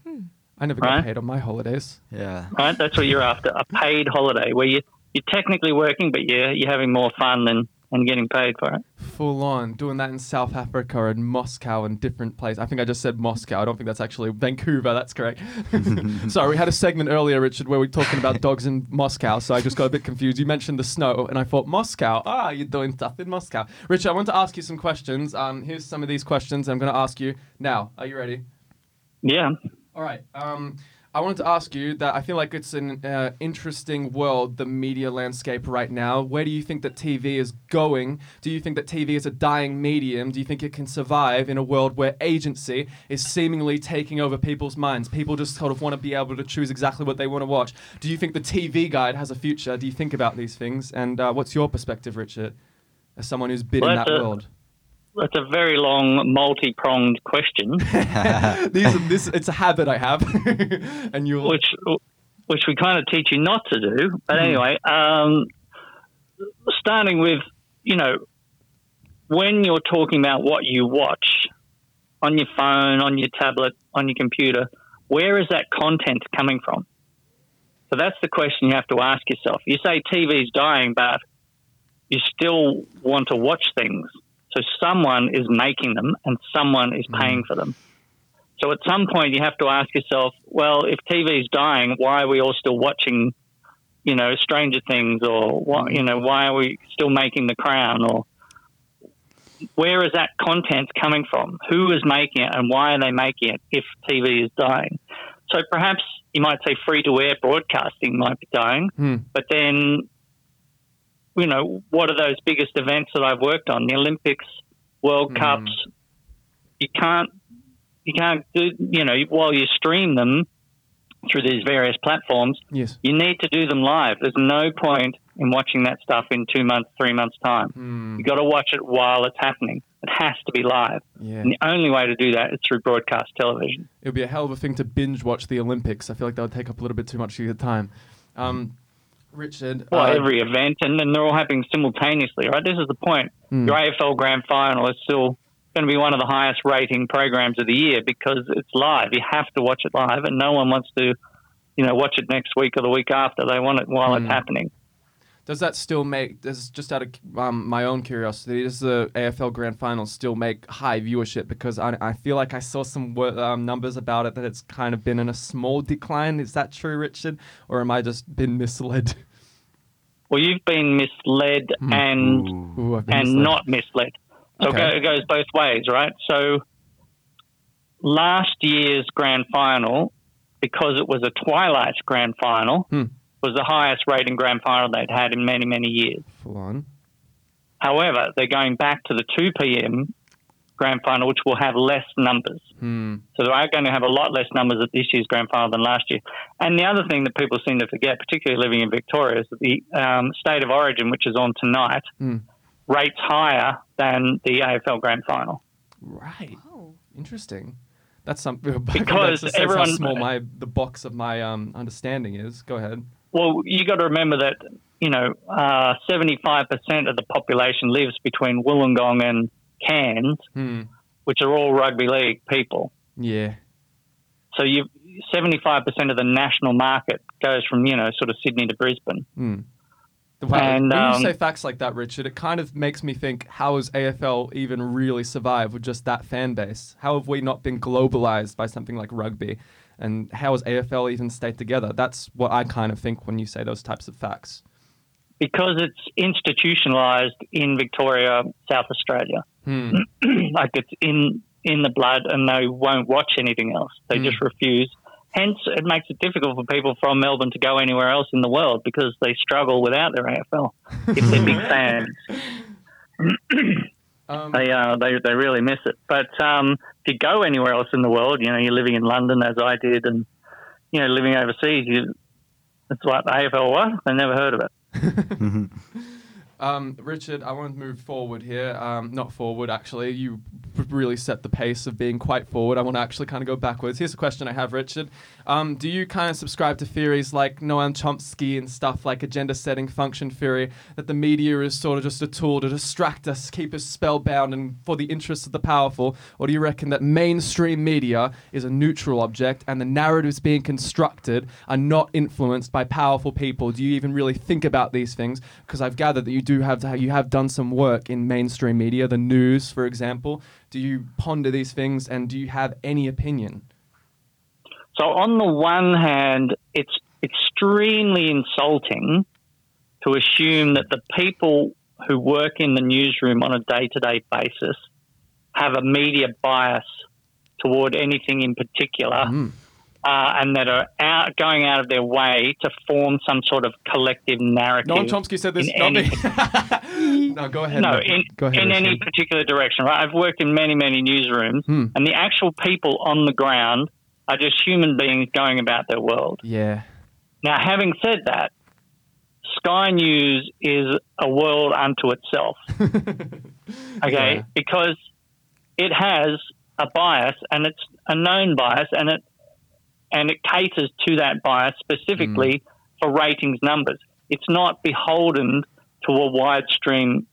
Speaker 3: I never got
Speaker 7: Right.
Speaker 3: paid on my holidays.
Speaker 4: Yeah.
Speaker 7: right? That's what you're after. A paid holiday where you you're technically working, but you're you're having more fun than and getting paid for it.
Speaker 3: Full on doing that in South Africa and Moscow and different places. I think I just said Moscow. I don't think that's actually Vancouver. That's correct. Sorry, we had a segment earlier, Richard, where we were talking about dogs in Moscow. So I just got a bit confused. You mentioned the snow, and I thought Moscow. Ah, you're doing stuff in Moscow, Richard. I want to ask you some questions. Um, here's some of these questions I'm going to ask you now. Are you ready?
Speaker 7: Yeah.
Speaker 3: All right. Um, I wanted to ask you that I feel like it's an uh, interesting world, the media landscape right now. Where do you think that TV is going? Do you think that TV is a dying medium? Do you think it can survive in a world where agency is seemingly taking over people's minds? People just sort of want to be able to choose exactly what they want to watch. Do you think the TV guide has a future? Do you think about these things? And uh, what's your perspective, Richard, as someone who's been in
Speaker 7: Well,
Speaker 3: that
Speaker 7: that's a-
Speaker 3: world?
Speaker 7: That's a very long, multi-pronged question,
Speaker 3: These are, this, it's a habit I have, and you'll.
Speaker 7: which which we kind of teach you not to do. But anyway, um, starting with you know when you're talking about what you watch on your phone, on your tablet, on your computer, where is that content coming from? So that's the question you have to ask yourself. You say TV's dying, but you still want to watch things. So someone is making them and someone is paying for them. So at some point you have to ask yourself, well, if TV's dying, why are we all still watching, you know, Stranger Things or what, you know, why are we still making The Crown or where is that content coming from? Who is making it and why are they making it if TV is dying? So perhaps you might say free to air broadcasting might be dying,
Speaker 3: Hmm.
Speaker 7: but then, you know, what are those biggest events that I've worked on? The Olympics, World
Speaker 3: Hmm.
Speaker 7: Cups. You can't, you can't do, you know, while you stream them through these various platforms,
Speaker 3: Yes.
Speaker 7: you need to do them live. There's no point in watching that stuff in two months, three months' time.
Speaker 3: Hmm.
Speaker 7: You've got to watch it while it's happening. It has to be live.
Speaker 3: yeah.
Speaker 7: And the only way to do that is through broadcast television.
Speaker 3: It would be a hell of a thing to binge watch the Olympics. I feel like that would take up a little bit too much of your time. Um, Richard.
Speaker 7: Well,
Speaker 3: uh,
Speaker 7: every event, and then they're all happening simultaneously, right? This is the point.
Speaker 3: Hmm.
Speaker 7: Your AFL Grand Final is still going to be one of the highest rating programs of the year because it's live. You have to watch it live, and no one wants to, you know, watch it next week or the week after. They want it while
Speaker 3: Hmm.
Speaker 7: it's happening.
Speaker 3: Does that still make, does, just out of um, my own curiosity, does the AFL Grand Final still make high viewership? Because I, I feel like I saw some wor- um, numbers about it that it's kind of been in a small decline. Is that true, Richard? Or am I just been misled?
Speaker 7: Well, you've been misled and
Speaker 3: Hmm. Ooh, I've been
Speaker 7: and
Speaker 3: misled.
Speaker 7: not misled. So
Speaker 3: Okay.
Speaker 7: it go- it goes both ways, right? So last year's grand final, because it was a Twilight grand final,
Speaker 3: Hmm.
Speaker 7: was the highest rating grand final they'd had in many, many years.
Speaker 3: Full on.
Speaker 7: However, they're going back to the 2 p.m. grand final, which will have less numbers.
Speaker 3: Hmm.
Speaker 7: So they are going to have a lot less numbers at this year's grand final than last year. And the other thing that people seem to forget, particularly living in Victoria, is that the um, state of origin, which is on tonight,
Speaker 3: Hmm.
Speaker 7: rates higher than the AFL grand final.
Speaker 3: Right.
Speaker 2: Oh.
Speaker 3: Interesting. That's something. Because
Speaker 7: Because
Speaker 3: that everyone, how
Speaker 7: everyone-
Speaker 3: small my the box of my um, understanding is. Go ahead.
Speaker 7: Well, you got to remember that you know uh, 75% of the population lives between Wollongong and Cairns,
Speaker 3: Hmm.
Speaker 7: which are all rugby league people.
Speaker 3: Yeah.
Speaker 7: So you 75% of the national market goes from you know sort of Sydney to Brisbane.
Speaker 3: Hmm. Wow.
Speaker 7: And,
Speaker 3: when
Speaker 7: um,
Speaker 3: you say facts like that, Richard, it kind of makes me think: How has AFL even really survived with just that fan base? How have we not been globalized by something like rugby? And how has AFL even stayed together? That's what I kind of think when you say those types of facts.
Speaker 7: because it's institutionalized in Victoria, South Australia.
Speaker 3: Hmm.
Speaker 7: like it's in in the blood, and they won't watch anything else. They just refuse. Hence, it makes it difficult for people from Melbourne to go anywhere else in the world because they struggle without their AFL. If they're big fans,
Speaker 3: Um,
Speaker 7: they uh, they they really miss it. But um, if you go anywhere else in the world, you know you're living in London as I did, and you know living overseas, you it's like the AFL. What? They never heard of it.
Speaker 3: Um, Richard, I want to move forward here. Um, not forward, actually. You b- really set the pace of being quite forward. I want to actually kind of go backwards. Here's a question I have, Richard. Um, do you kind of subscribe to theories like Noam Chomsky and stuff like agenda setting function theory that the media is sort of just a tool to distract us, keep us spellbound, and for the interests of the powerful? Or do you reckon that mainstream media is a neutral object and the narratives being constructed are not influenced by powerful people? Do you even really think about these things? Because I've gathered that you do have to, you have done some work in mainstream media, the news, for example. Do you ponder these things and do you have any opinion?
Speaker 7: So on the one hand, it's extremely insulting to assume that the people who work in the newsroom on a day-to-day basis
Speaker 3: Hmm.
Speaker 7: have a media bias toward anything in particular uh, and that are out, going out of their way to form some sort of collective narrative.
Speaker 3: Noam Chomsky said this.
Speaker 7: in
Speaker 3: Not
Speaker 7: any-
Speaker 3: me. no, go ahead.
Speaker 7: no,
Speaker 3: Nathan.
Speaker 7: in,
Speaker 3: go ahead.
Speaker 7: in
Speaker 3: Richard.
Speaker 7: any particular direction, right? I've worked in many, many newsrooms,
Speaker 3: Hmm.
Speaker 7: and the actual people on the ground are just human beings going about their world.
Speaker 3: Yeah.
Speaker 7: Now, having said that, Sky News is a world unto itself, okay?
Speaker 3: Yeah.
Speaker 7: Because it has a bias, and it's a known bias, and it and it caters to that bias specifically for ratings numbers. It's not beholden to a wide stream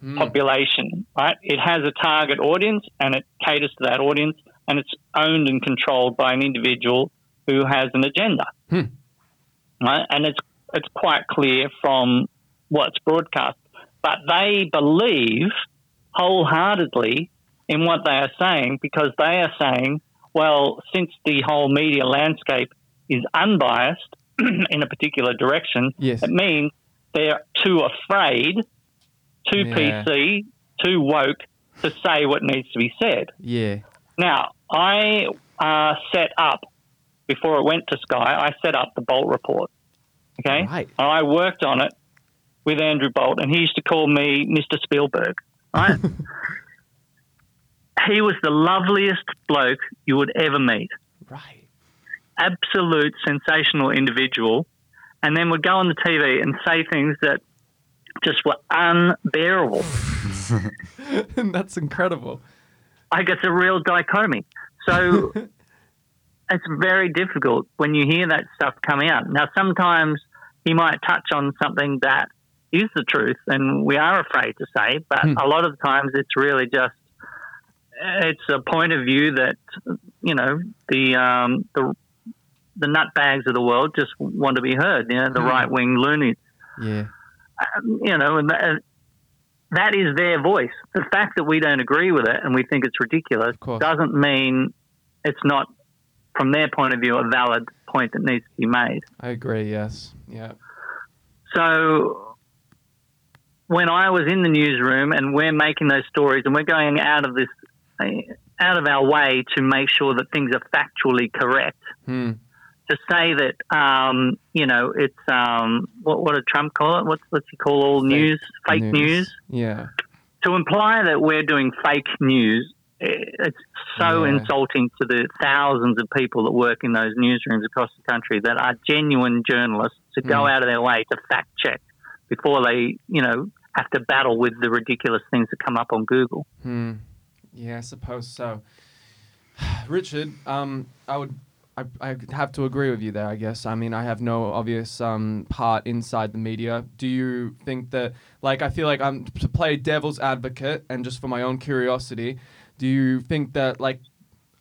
Speaker 3: Hmm.
Speaker 7: population, right? It has a target audience and it caters to that audience and it's owned and controlled by an individual who has an agenda.
Speaker 3: Hmm.
Speaker 7: Right? And it's it's quite clear from what's broadcast. But they believe wholeheartedly in what they are saying because they are saying, well, since the whole media landscape is unbiased in a particular direction,
Speaker 3: Yes.
Speaker 7: it means they're too afraid, too
Speaker 3: Yeah.
Speaker 7: PC, too woke to say what needs to be said.
Speaker 3: Yeah.
Speaker 7: Now, I uh, set up, before it went to Sky, I set up the Bolt report. Okay?
Speaker 3: Right.
Speaker 7: And I worked on it with Andrew Bolt, and he used to call me Mr. Spielberg. Right? he was the loveliest bloke you would ever meet
Speaker 3: Right.
Speaker 7: absolute sensational individual, and then would go on the TV and say things that just were unbearable.
Speaker 3: That's incredible.
Speaker 7: I guess a real dichotomy. So it's very difficult when you hear that stuff coming out. Now, sometimes he might touch on something that is the truth, and we are afraid to say, but a lot of times it's really just it's a point of view that you know the um, the the nutbags of the world just want to be heard. You know, the right wing loonies
Speaker 3: Yeah.
Speaker 7: you know, and that, that is their voice. The fact that we don't agree with it and we think it's ridiculous
Speaker 3: course.
Speaker 7: doesn't mean it's not, from their point of view, a valid point that needs to be made.
Speaker 3: I agree. Yes. Yeah.
Speaker 7: So when I was in the newsroom and we're making those stories and we're going out of this, uh, out of our way to make sure that things are factually correct.
Speaker 3: Hmm.
Speaker 7: To say that um, you know it's um, what what did Trump call it? What's what's he call all news? Fake news.
Speaker 3: Yeah.
Speaker 7: to imply that we're doing fake news eh, it's so
Speaker 3: Yeah.
Speaker 7: insulting to the thousands of people that work in those newsrooms across the country that are genuine journalists to go out of their way to fact check before they you know have to battle with the ridiculous things that come up on google
Speaker 3: Hmm. Yeah, I suppose so. Richard, um, I would, I, I would have to agree with you there. I guess. I mean, I have no obvious um, part inside the media. Do you think that, like, I feel like I'm to play devil's advocate and just for my own curiosity, do you think that, like,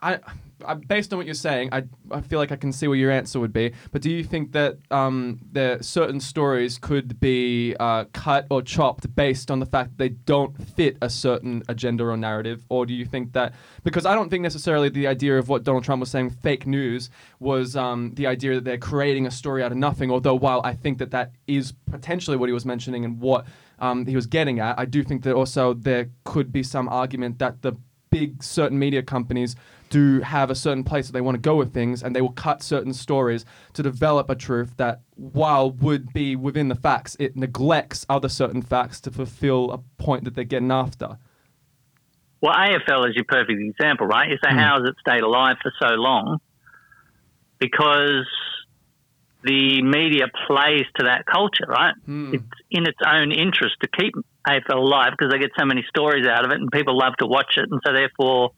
Speaker 3: I, I based on what you're saying, I, I feel like I can see what your answer would be. But do you think that um, that certain stories could be uh, cut or chopped based on the fact that they don't fit a certain agenda or narrative, or do you think that because I don't think necessarily the idea of what Donald Trump was saying, fake news, was um, the idea that they're creating a story out of nothing. Although while I think that that is potentially what he was mentioning and what um, he was getting at, I do think that also there could be some argument that the big certain media companies do have a certain place that they want to go with things and they will cut certain stories to develop a truth that while would be within the facts it neglects other certain facts to fulfill a point that they're getting after
Speaker 7: well afl is your perfect example right you
Speaker 3: Hmm.
Speaker 7: say how has it stayed alive for so long because the media plays to that culture, right?
Speaker 3: Hmm.
Speaker 7: It's in its own interest to keep AFL alive because they get so many stories out of it and people love to watch it. And so, therefore,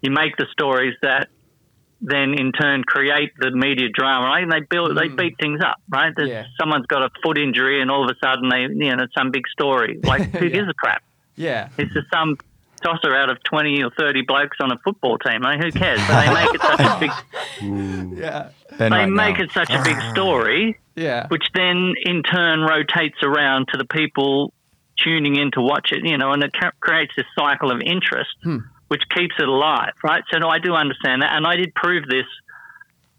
Speaker 7: you make the stories that then in turn create the media drama, right? And they build, they beat things up, right? There's,
Speaker 3: Hmm. Yeah.
Speaker 7: Someone's got a foot injury and all of a sudden they, you know, it's some big story. Like, who
Speaker 3: Yeah.
Speaker 7: gives a crap?
Speaker 3: yeah
Speaker 7: It's just some tosser out of 20 or 30 blokes on a football team. Like, who cares? But they make it such a big,
Speaker 3: yeah
Speaker 4: Ben
Speaker 7: they
Speaker 4: right
Speaker 7: make
Speaker 4: now.
Speaker 7: it such a big story
Speaker 3: yeah
Speaker 7: which then in turn rotates around to the people tuning in to watch it, you know, and it ca- creates this cycle of interest,
Speaker 3: Hmm.
Speaker 7: which keeps it alive, right? So no, I do understand that, and I did prove this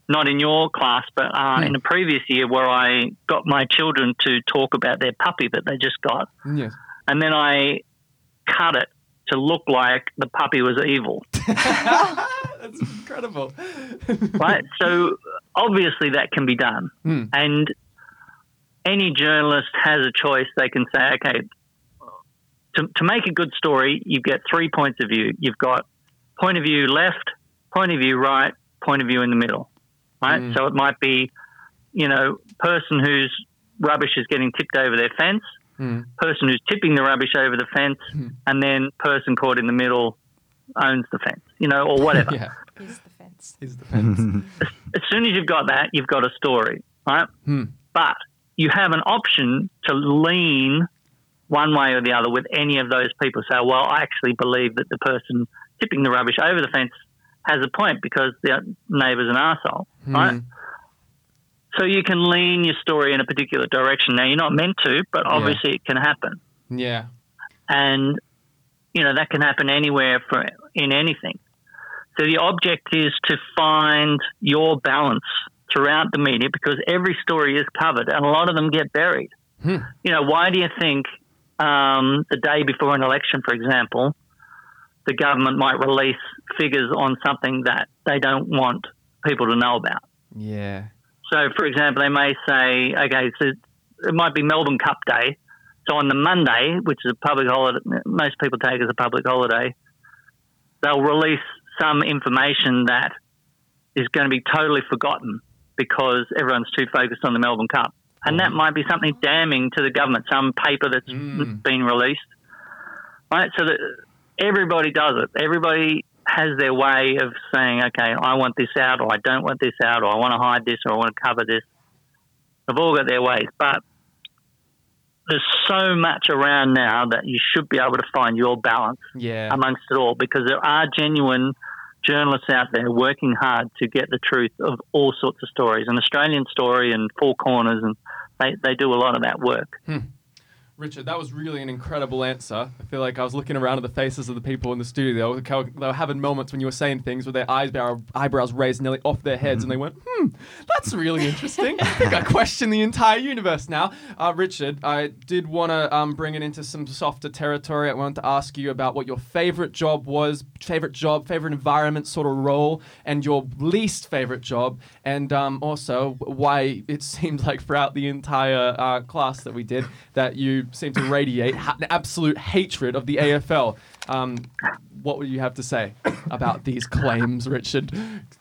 Speaker 7: not in your class, but uh,
Speaker 3: Hmm.
Speaker 7: in a previous year where I got my children to talk about their puppy that they just got,
Speaker 3: yes
Speaker 7: and then I cut it to look like the puppy was evil.
Speaker 3: That's incredible.
Speaker 7: right? So obviously that can be done,
Speaker 3: Hmm.
Speaker 7: and any journalist has a choice. They can say, okay, to, to make a good story, you get three points of view. You've got point of view left, point of view right, point of view in the middle, right?
Speaker 3: Hmm.
Speaker 7: So it might be, you know, person whose rubbish is getting tipped over their fence,
Speaker 3: Hmm.
Speaker 7: person who's tipping the rubbish over the fence,
Speaker 3: Hmm.
Speaker 7: and then person caught in the middle owns the fence, you know, or whatever
Speaker 3: Yeah,
Speaker 5: Is the fence.
Speaker 3: is the fence.
Speaker 7: as soon as you've got that, you've got a story, right?
Speaker 3: Hmm.
Speaker 7: But you have an option to lean one way or the other with any of those people. Say, well, I actually believe that the person tipping the rubbish over the fence has a point because the neighbour's an arsehole, right? So you can lean your story in a particular direction. Now, you're not meant to, but obviously it can happen.
Speaker 3: Yeah.
Speaker 7: And, you know, that can happen anywhere for, in anything. So the object is to find your balance throughout the media because every story is covered and a lot of them get buried.
Speaker 3: Hmm.
Speaker 7: You know, why do you think um, the day before an election, for example, the government might release figures on something that they don't want people to know about?
Speaker 3: Yeah.
Speaker 7: So, for example, they may say, okay, so it might be Melbourne Cup Day. So on the Monday, which is a public holiday, most people take as a public holiday, they'll release some information that is going to be totally forgotten because everyone's too focused on the Melbourne Cup. And that might be something damning to the government, some paper that's
Speaker 3: Mm.
Speaker 7: been released. Right? So that everybody does it. Everybody has their way of saying, okay, I want this out, or I don't want this out, or I want to hide this, or I want to cover this. They've all got their ways. But there's so much around now that you should be able to find your balance
Speaker 3: Yeah.
Speaker 7: amongst it all because there are genuine journalists out there working hard to get the truth of all sorts of stories. An Australian story and Four Corners, and they, they do a lot of that work.
Speaker 3: Richard, that was really an incredible answer. I feel like I was looking around at the faces of the people in the studio. They were, ca- they were having moments when you were saying things with their eyebrow, eyebrows raised nearly off their heads, and they went, hmm, that's really interesting. I think I question the entire universe now. Uh, Richard, I did want to um, bring it into some softer territory. I wanted to ask you about what your favorite job was, favorite job, favorite environment sort of role, and your least favorite job, and um, also why it seemed like throughout the entire uh, class that we did that you seemed to radiate ha- an absolute hatred of the AFL. Um, what would you have to say about these claims, Richard?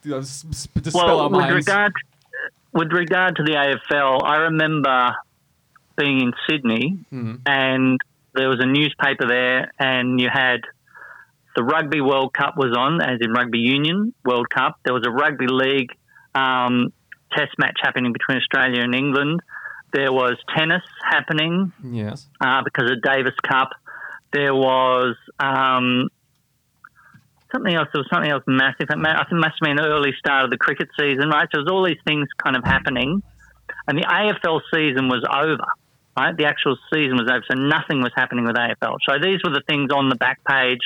Speaker 3: Uh, s- s- Dispel
Speaker 7: Well,
Speaker 3: our
Speaker 7: with
Speaker 3: minds.
Speaker 7: regard with regard to the AFL, I remember being in Sydney
Speaker 3: Mhm.
Speaker 7: and there was a newspaper there, and you had the Rugby World Cup was on, as in Rugby Union World Cup. There was a Rugby League um, test match happening between Australia and England. There was tennis happening
Speaker 3: Yes.
Speaker 7: uh, because of Davis Cup. There was um, something else. There was something else massive. It ma- I think it must have been the early start of the cricket season, right? So there was all these things kind of happening, and the AFL season was over. Right, the actual season was over, so nothing was happening with AFL. So these were the things on the back page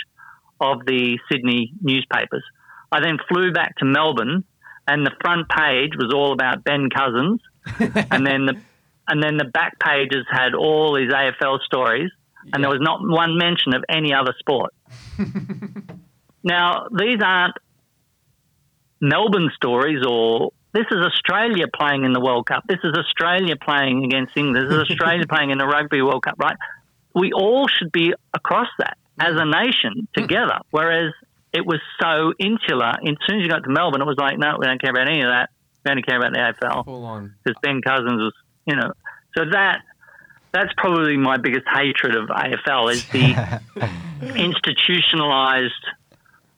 Speaker 7: of the Sydney newspapers. I then flew back to Melbourne, and the front page was all about Ben Cousins, and then the and then the back pages had all these AFL stories, and there was not one mention of any other sport. now these aren't Melbourne stories, or this is Australia playing in the World Cup. This is Australia playing against England. This is Australia playing in the Rugby World Cup. Right? We all should be across that as a nation together. Whereas it was so insular. And as soon as you got to Melbourne, it was like, no, we don't care about any of that. We only care about the AFL
Speaker 3: Full on.
Speaker 7: because Ben Cousins was, you know, so that that's probably my biggest hatred of AFL is the institutionalized,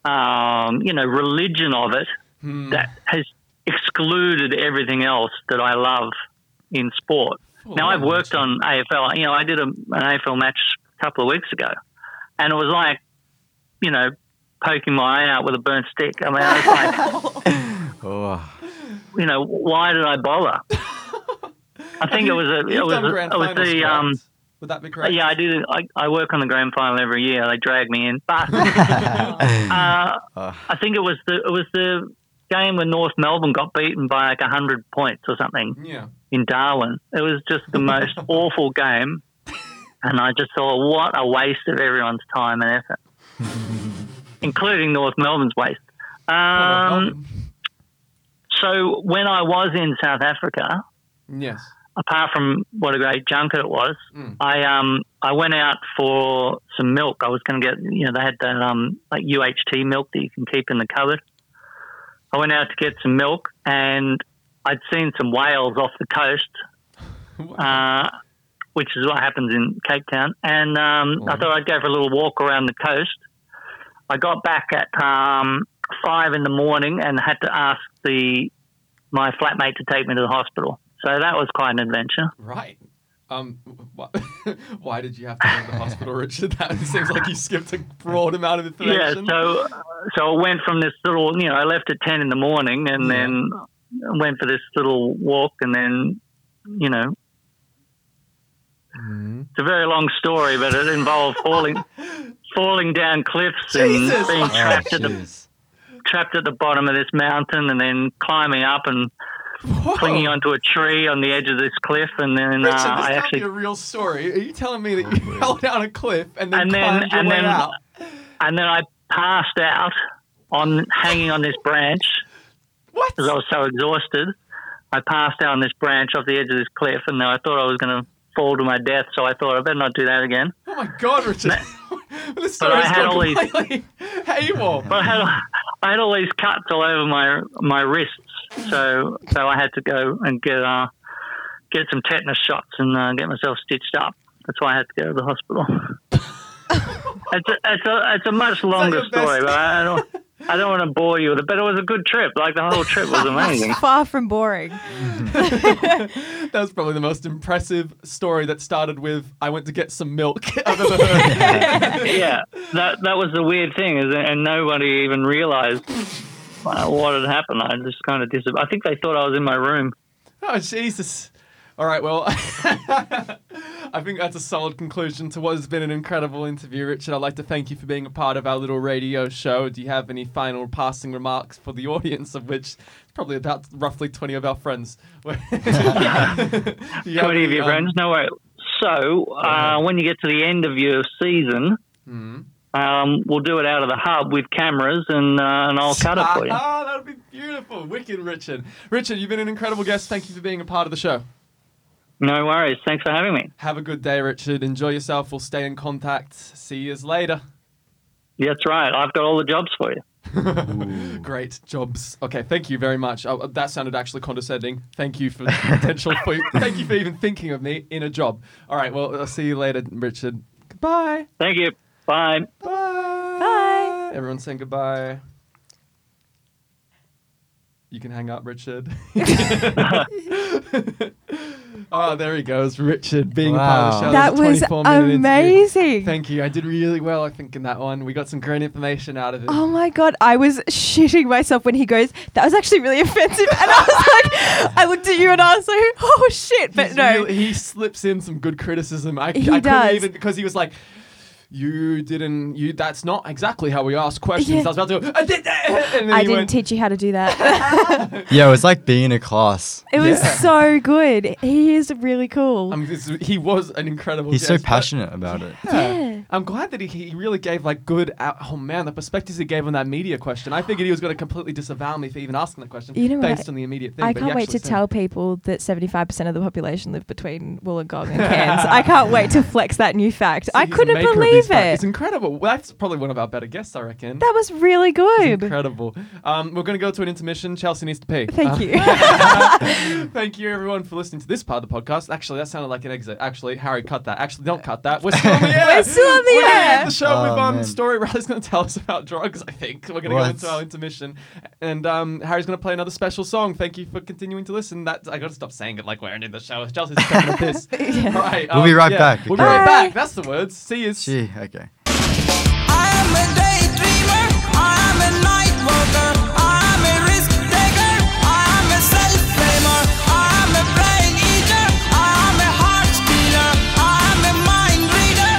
Speaker 7: um, you know, religion of it
Speaker 3: Hmm.
Speaker 7: that has excluded everything else that I love in sport. now
Speaker 3: on,
Speaker 7: I've worked
Speaker 3: Richard.
Speaker 7: on AFL. You know, I did a, an AFL match a couple of weeks ago, and it was like, you know, poking my eye out with a burnt stick. I mean, I was like
Speaker 4: oh,
Speaker 7: you know, why did I bother? I think it was a, it
Speaker 3: You've
Speaker 7: was,
Speaker 3: done
Speaker 7: a-
Speaker 3: grand
Speaker 7: it was
Speaker 3: finals,
Speaker 7: the,
Speaker 3: correct?
Speaker 7: um,
Speaker 3: Would that be correct?
Speaker 7: yeah, I do. I, I work on the grand final every year. They drag me in, but uh, I think it was the it was the game when North Melbourne got beaten by like hundred points or something
Speaker 3: Yeah.
Speaker 7: in Darwin. It was just the most awful game, and I just thought, what a waste of everyone's time and effort, including North Melbourne's waste. Um, so when I was in South Africa,
Speaker 3: yes.
Speaker 7: apart from what a great junket it was,
Speaker 3: Mm.
Speaker 7: I um I went out for some milk. I was going to get you know they had that um like UHT milk that you can keep in the cupboard. I went out to get some milk and I'd seen some whales off the coast, uh, which is what happens in Cape Town. And um, I thought I'd go for a little walk around the coast. I got back at um, five in the morning and had to ask the my flatmate to take me to the hospital. So that was quite an adventure.
Speaker 3: Right. Um, wh- wh- why did you have to go to the hospital, Richard? That seems like you skipped a broad amount of
Speaker 7: Yeah,
Speaker 3: information.
Speaker 7: so so I went from this little, you know, I left at ten in the morning and then went for this little walk, and then, you know,
Speaker 3: Mm-hmm.
Speaker 7: it's a very long story, but it involved falling falling down cliffs and
Speaker 3: Jesus!
Speaker 7: being
Speaker 4: Oh,
Speaker 7: trapped at the
Speaker 4: jeez.
Speaker 7: trapped at the bottom of this mountain, and then climbing up and
Speaker 3: Whoa.
Speaker 7: clinging onto a tree on the edge of this cliff, and then
Speaker 3: Oh. Richard,
Speaker 7: uh,
Speaker 3: this
Speaker 7: I
Speaker 3: can't
Speaker 7: actually
Speaker 3: be a real story. Are you telling me that you fell down a cliff and then
Speaker 7: And then-
Speaker 3: climbed your
Speaker 7: and
Speaker 3: way
Speaker 7: then-
Speaker 3: out?
Speaker 7: and then I passed out on hanging on this branch.
Speaker 3: What?
Speaker 7: because I was so exhausted. I passed out on this branch off the edge of this cliff, and I thought I was going to fall to my death. So I thought I better not do that again.
Speaker 3: Oh my god, Richard. this
Speaker 7: I
Speaker 3: story's
Speaker 7: had all
Speaker 3: gone
Speaker 7: these-
Speaker 3: completely AWOL.
Speaker 7: But I had I had all these cuts all over my my wrists, so so I had to go and get uh, get some tetanus shots and uh, get myself stitched up. That's why I had to go to the hospital. it's a it's a it's a much longer
Speaker 3: your best-
Speaker 7: story, but I don't I don't want to bore you with it. But it was a good trip. Like the whole trip was amazing.
Speaker 8: Far from boring.
Speaker 3: That was probably the most impressive story that started with I went to get some milk I've ever heard.
Speaker 7: yeah, that that was the weird thing, is, and nobody even realised uh, what had happened. I just kind of dis. I think they thought I was in my room.
Speaker 3: oh Jesus. Alright, well I think that's a solid conclusion to what has been an incredible interview, Richard. I'd like to thank you for being a part of our little radio show. Do you have any final passing remarks for the audience of which probably about roughly twenty of our friends? Do you have
Speaker 7: Twenty of
Speaker 3: any,
Speaker 7: your
Speaker 3: um,
Speaker 7: friends, no way. So uh, when you get to the end of your season, um, we'll do it out of the hub with cameras, and uh, and I'll cut it for you.
Speaker 3: Ah, that would be beautiful. Wicked, Richard. Richard, you've been an incredible guest. Thank you for being a part of the show.
Speaker 7: No worries. Thanks for having me.
Speaker 3: Have a good day, Richard. Enjoy yourself. We'll stay in contact. See you later.
Speaker 7: That's right. I've got all the jobs for you.
Speaker 3: Great jobs. Okay, thank you very much. Oh, that sounded actually condescending. Thank you for the potential. For, thank you for even thinking of me in a job. All right, well, I'll see you later, Richard. Goodbye.
Speaker 7: Thank you. Bye.
Speaker 3: Bye. Bye. Everyone's saying goodbye. You can hang up, Richard. oh, there he goes, Richard, being a part of the show.
Speaker 4: Wow.
Speaker 3: That
Speaker 8: That was
Speaker 3: was a 24-minute interview.
Speaker 8: amazing.
Speaker 3: Thank you. I did really well, I think, in that one. We got some great information out of it.
Speaker 8: Oh my god, I was shitting myself when he goes, that was actually really offensive. And I was like, I looked at you and I was like, oh shit. But
Speaker 3: He's
Speaker 8: no,
Speaker 3: really- he slips in some good criticism. I,
Speaker 8: He
Speaker 3: I couldn't
Speaker 8: does.
Speaker 3: even because he was like, "You didn't. You. That's not exactly how we ask questions."
Speaker 8: Yeah.
Speaker 3: I was about to. Go, I did that," and then
Speaker 8: I
Speaker 3: he
Speaker 8: didn't
Speaker 3: went,
Speaker 8: teach you how to do that.
Speaker 4: Yeah, it was like being in a class.
Speaker 8: it was
Speaker 3: Yeah.
Speaker 8: so good. He is really cool.
Speaker 3: um, this- he was an incredible.
Speaker 4: He's so
Speaker 3: guest, but-
Speaker 4: passionate about it.
Speaker 8: yeah.
Speaker 3: I'm glad that he, he really gave like good. out- Oh man, the perspectives he gave on that media question. I figured he was going to completely disavow me for even asking that question
Speaker 8: You know what?
Speaker 3: based on the immediate thing.
Speaker 8: I
Speaker 3: but he
Speaker 8: can't wait
Speaker 3: actually
Speaker 8: to
Speaker 3: said-
Speaker 8: tell people that 75% of the population live between Wollongong and Cairns. I can't wait to flex that new fact. I
Speaker 3: He's a
Speaker 8: couldn't
Speaker 3: maker of these
Speaker 8: believe
Speaker 3: facts. It's
Speaker 8: it.
Speaker 3: incredible. Well, that's probably one of our better guests, I reckon.
Speaker 8: That was really good.
Speaker 3: incredible. Um, we're going to go to an intermission. Chelsea needs to pee.
Speaker 8: Thank
Speaker 3: Um,
Speaker 8: you.
Speaker 3: Thank you, everyone, for listening to this part of the podcast. Actually, that sounded like an exit. Actually, Harry, cut that. Actually, don't cut that. We're still on the air.
Speaker 8: We're still on the
Speaker 3: We're gonna
Speaker 8: air.
Speaker 3: end the show
Speaker 4: Oh,
Speaker 3: with um,
Speaker 4: man.
Speaker 3: story. Riley's going to tell us about drugs. I think we're going to go
Speaker 4: What?
Speaker 3: into our intermission, and um, Harry's going to play another special song. Thank you for continuing to listen. That I got to stop saying it like we're ending the show. Chelsea's taking a piss. All right, um,
Speaker 4: We'll be right back.
Speaker 3: We'll be right
Speaker 8: Okay.
Speaker 3: back. That's the words. See you.
Speaker 4: Gee, okay.
Speaker 6: I am a daydreamer, I am a night walker, I am a risk taker, I am a self-blamer, I am a brain eater, I am a heart stealer, I am a mind reader,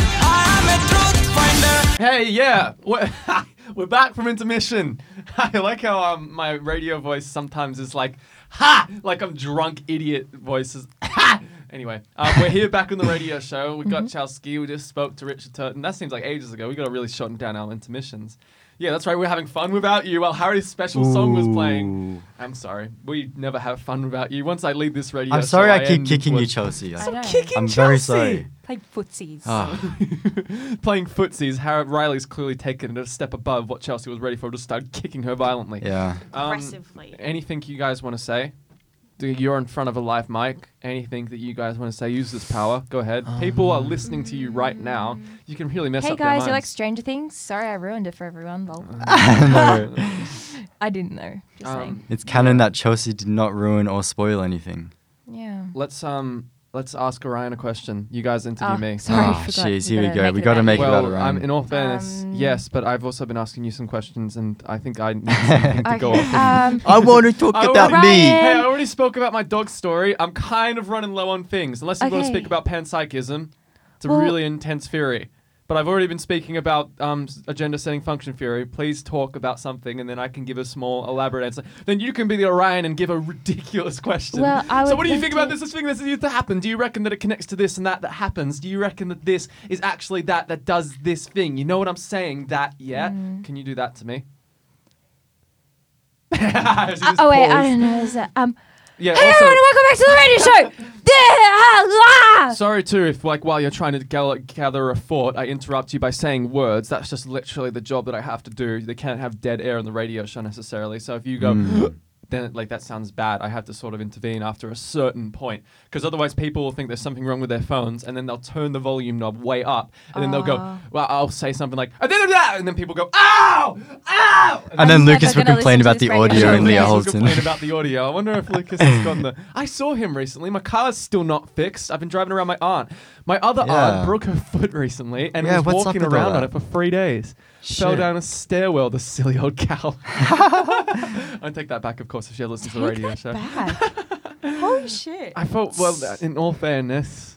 Speaker 6: I am a truth finder.
Speaker 3: Hey, yeah, we're, we're back from intermission. I like how um, my radio voice sometimes is like, ha, like I'm drunk idiot voices. Ha! Anyway, um, we're here back on the radio
Speaker 4: Mm-hmm.
Speaker 3: show. We got Chowski. We just spoke to Richard Turton. That seems like ages ago. We got to really shorten down our intermissions. Yeah, that's right. We're having fun without you while Harry's special song was playing. I'm sorry. We never have fun without you. Once I leave this radio,
Speaker 4: I'm sorry
Speaker 3: show,
Speaker 4: I keep
Speaker 3: end
Speaker 4: kicking you,
Speaker 3: with-
Speaker 4: Chelsea. I,
Speaker 5: know.
Speaker 4: am very sorry.
Speaker 8: Played footsies.
Speaker 4: Ah,
Speaker 3: playing footsies. Harry Riley's clearly taken it a step above what Chelsea was ready for. Just started kicking her violently.
Speaker 4: yeah.
Speaker 3: Um,
Speaker 9: Aggressively.
Speaker 3: anything you guys want to say? Do- You're in front of a live mic. Anything that you guys want to say, use this power. Go ahead.
Speaker 4: Um,
Speaker 3: People are listening to you right now. You can really mess
Speaker 5: Hey
Speaker 3: up
Speaker 5: guys,
Speaker 3: their
Speaker 5: you like
Speaker 3: minds.
Speaker 5: Stranger Things? Sorry, I ruined it for everyone. Lol.
Speaker 4: No,
Speaker 5: I didn't know. Just
Speaker 3: Um,
Speaker 5: saying.
Speaker 4: it's canon that Chelsea did not ruin or spoil anything.
Speaker 5: Yeah.
Speaker 3: let's um let's ask Orion a question. You guys interview
Speaker 5: Oh,
Speaker 3: me.
Speaker 5: Sorry,
Speaker 4: Ah,
Speaker 5: forgot.
Speaker 4: jeez,
Speaker 5: We
Speaker 4: here we
Speaker 5: gotta
Speaker 4: go.
Speaker 5: make
Speaker 4: We
Speaker 5: it
Speaker 4: got to
Speaker 5: about
Speaker 4: make it
Speaker 3: well, I'm
Speaker 4: about Orion.
Speaker 3: in all fairness,
Speaker 5: Um,
Speaker 3: yes, but I've also been asking you some questions, and I think I need something to go
Speaker 5: Okay,
Speaker 3: off.
Speaker 5: um,
Speaker 4: I want to talk
Speaker 3: I
Speaker 4: about
Speaker 3: wanna-
Speaker 4: me.
Speaker 5: Orion.
Speaker 3: Hey, I already spoke about my dog story. I'm kind of running low on things, unless you want to
Speaker 5: Okay.
Speaker 3: speak about panpsychism. It's a
Speaker 5: Well-
Speaker 3: really intense theory. But I've already been speaking about um, s- agenda setting function theory. Please talk about something, and then I can give a small, elaborate answer. Then you can be the Orion and give a ridiculous question.
Speaker 5: Well, I
Speaker 3: so,
Speaker 5: would
Speaker 3: what do you
Speaker 5: love
Speaker 3: think about
Speaker 5: to-
Speaker 3: this, this thing that's used to happen? Do you reckon that it connects to this and that that happens? Do you reckon that this is actually that that does this thing? You know what I'm saying? That, yeah?
Speaker 5: Mm.
Speaker 3: Can you do that to me?
Speaker 5: oh wait, I don't know. Is that, um,
Speaker 3: Yeah,
Speaker 5: hey
Speaker 3: Uh, also-
Speaker 5: everyone, welcome back to the radio show. Yeah, ah,
Speaker 3: Sorry too if like while you're trying to gal- gather a thought, I interrupt you by saying words. That's just literally the job that I have to do. They can't have dead air on the radio show necessarily. So if you go, then it, like that sounds bad. I have to sort of intervene after a certain point because otherwise people will think there's something wrong with their phones, and then they'll turn the volume knob way up, and then they'll go, well, I'll say something like, "Ah, da, da, da," and then people go, ow, ow.
Speaker 4: And then
Speaker 5: I'm
Speaker 4: Lucas
Speaker 5: never
Speaker 4: would
Speaker 5: gonna
Speaker 4: complain
Speaker 5: listen to
Speaker 4: about the
Speaker 5: this radio
Speaker 4: audio
Speaker 5: show
Speaker 4: and Leah
Speaker 3: Lucas
Speaker 5: again.
Speaker 3: will complain
Speaker 4: Holton.
Speaker 3: about the audio. I wonder if Lucas has gone the. I saw him recently. My car's still not fixed. I've been driving around my aunt. My other
Speaker 4: Yeah.
Speaker 3: aunt broke her foot recently and
Speaker 4: Yeah,
Speaker 3: was
Speaker 4: what's up
Speaker 3: walking
Speaker 4: with all
Speaker 3: around on
Speaker 4: that?
Speaker 3: it for three days. Fell
Speaker 4: Shit.
Speaker 3: down a stairwell. The silly old cow. I take that back, of course, if she had listened to the radio show.
Speaker 8: Holy shit.
Speaker 3: I felt well. In all fairness,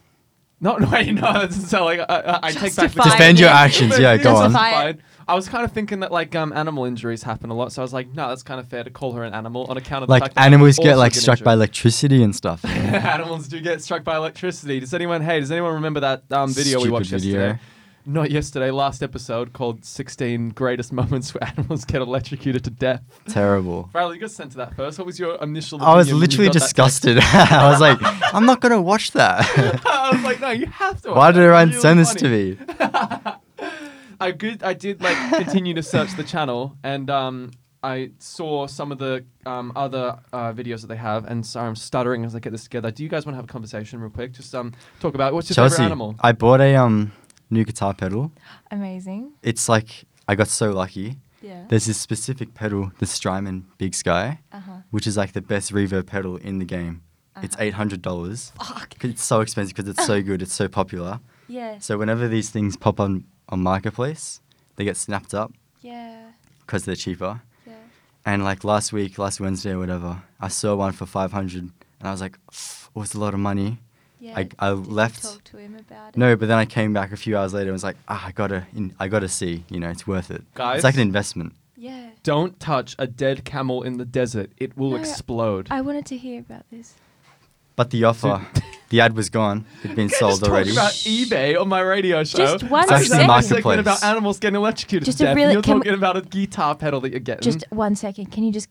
Speaker 3: not wait, no, that doesn't sound like I, I, I take back the
Speaker 8: Justified.
Speaker 4: Defend your
Speaker 8: Yeah.
Speaker 4: actions. Yeah, go on.
Speaker 8: Justify-
Speaker 3: Justified. I was kind of thinking that like um, animal injuries happen a lot, so I was like, no, that's kind of fair to call her an animal on account of the
Speaker 4: Like
Speaker 3: fact that she
Speaker 4: animals
Speaker 3: also
Speaker 4: get like
Speaker 3: get
Speaker 4: struck
Speaker 3: injured.
Speaker 4: by electricity and stuff.
Speaker 3: animals do get struck by electricity. Does anyone? Hey, does anyone remember that um, video we
Speaker 4: Stupid
Speaker 3: watched
Speaker 4: video.
Speaker 3: yesterday? Not yesterday, last episode called 16 Greatest Moments Where Animals Get Electrocuted to Death.
Speaker 4: Terrible.
Speaker 3: Riley, you got sent to that first. What was your initial
Speaker 4: I
Speaker 3: opinion when
Speaker 4: was
Speaker 3: you
Speaker 4: literally
Speaker 3: got that
Speaker 4: disgusted. I was like, I'm not gonna watch that.
Speaker 3: text? I was like, no, you have to.
Speaker 4: Why
Speaker 3: watch
Speaker 4: did
Speaker 3: that.
Speaker 4: Ryan
Speaker 3: It's
Speaker 4: send
Speaker 3: really
Speaker 4: this to
Speaker 3: funny.
Speaker 4: me?
Speaker 3: I good. I did like continue to search the channel, and um, I saw some of the um, other uh, videos that they have. And sorry, I'm stuttering as I get this together. Do you guys want to have a conversation real quick? Just um, talk about what's your
Speaker 4: Chelsea,
Speaker 3: favorite animal?
Speaker 4: I bought a um new guitar pedal.
Speaker 5: amazing.
Speaker 4: It's like I got so lucky.
Speaker 5: Yeah.
Speaker 4: There's this specific pedal, the Strymon Big Sky, which is like the best reverb pedal in the game. It's eight hundred dollars. It's so expensive because it's so good. It's so popular.
Speaker 5: Yeah.
Speaker 4: So whenever these things pop on on marketplace, they get snapped up
Speaker 5: Yeah.
Speaker 4: because they're cheaper.
Speaker 5: Yeah.
Speaker 4: And like last week, last Wednesday or whatever, I saw one for 500 and I was like, "Pff, it was a lot of money.
Speaker 5: Yeah.
Speaker 4: I, I left.
Speaker 5: Talk to him about it.
Speaker 4: No, but then I came back a few hours later and was like, ah, I gotta, in, I gotta see, you know, it's worth it.
Speaker 3: Guys?
Speaker 4: It's like an investment.
Speaker 5: Yeah.
Speaker 3: Don't touch a dead camel in the desert. It will
Speaker 5: No,
Speaker 3: explode.
Speaker 5: I wanted to hear about this.
Speaker 4: But the offer, the ad was gone. It'd been
Speaker 3: Can't
Speaker 4: sold
Speaker 3: just
Speaker 4: already.
Speaker 3: talk about eBay on my radio show.
Speaker 5: Just one
Speaker 4: It's actually
Speaker 3: Just have a
Speaker 4: second.
Speaker 3: segment about animals getting electrocuted.
Speaker 5: Just
Speaker 3: to
Speaker 5: a
Speaker 3: death, and
Speaker 5: really-
Speaker 3: You're
Speaker 5: can we-
Speaker 3: talking about a guitar pedal that you're getting.
Speaker 5: Just one second. Can you just?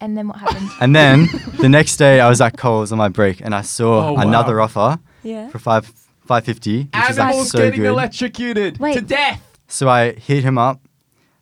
Speaker 5: And then what happened?
Speaker 4: And then the next day, I was at Coles on my break and I saw
Speaker 3: Oh, wow.
Speaker 4: another offer
Speaker 5: yeah.
Speaker 4: for five, 550, which is like
Speaker 3: animals
Speaker 4: so
Speaker 3: getting
Speaker 4: good.
Speaker 3: electrocuted to
Speaker 5: Wait.
Speaker 3: death.
Speaker 4: So I hit him up,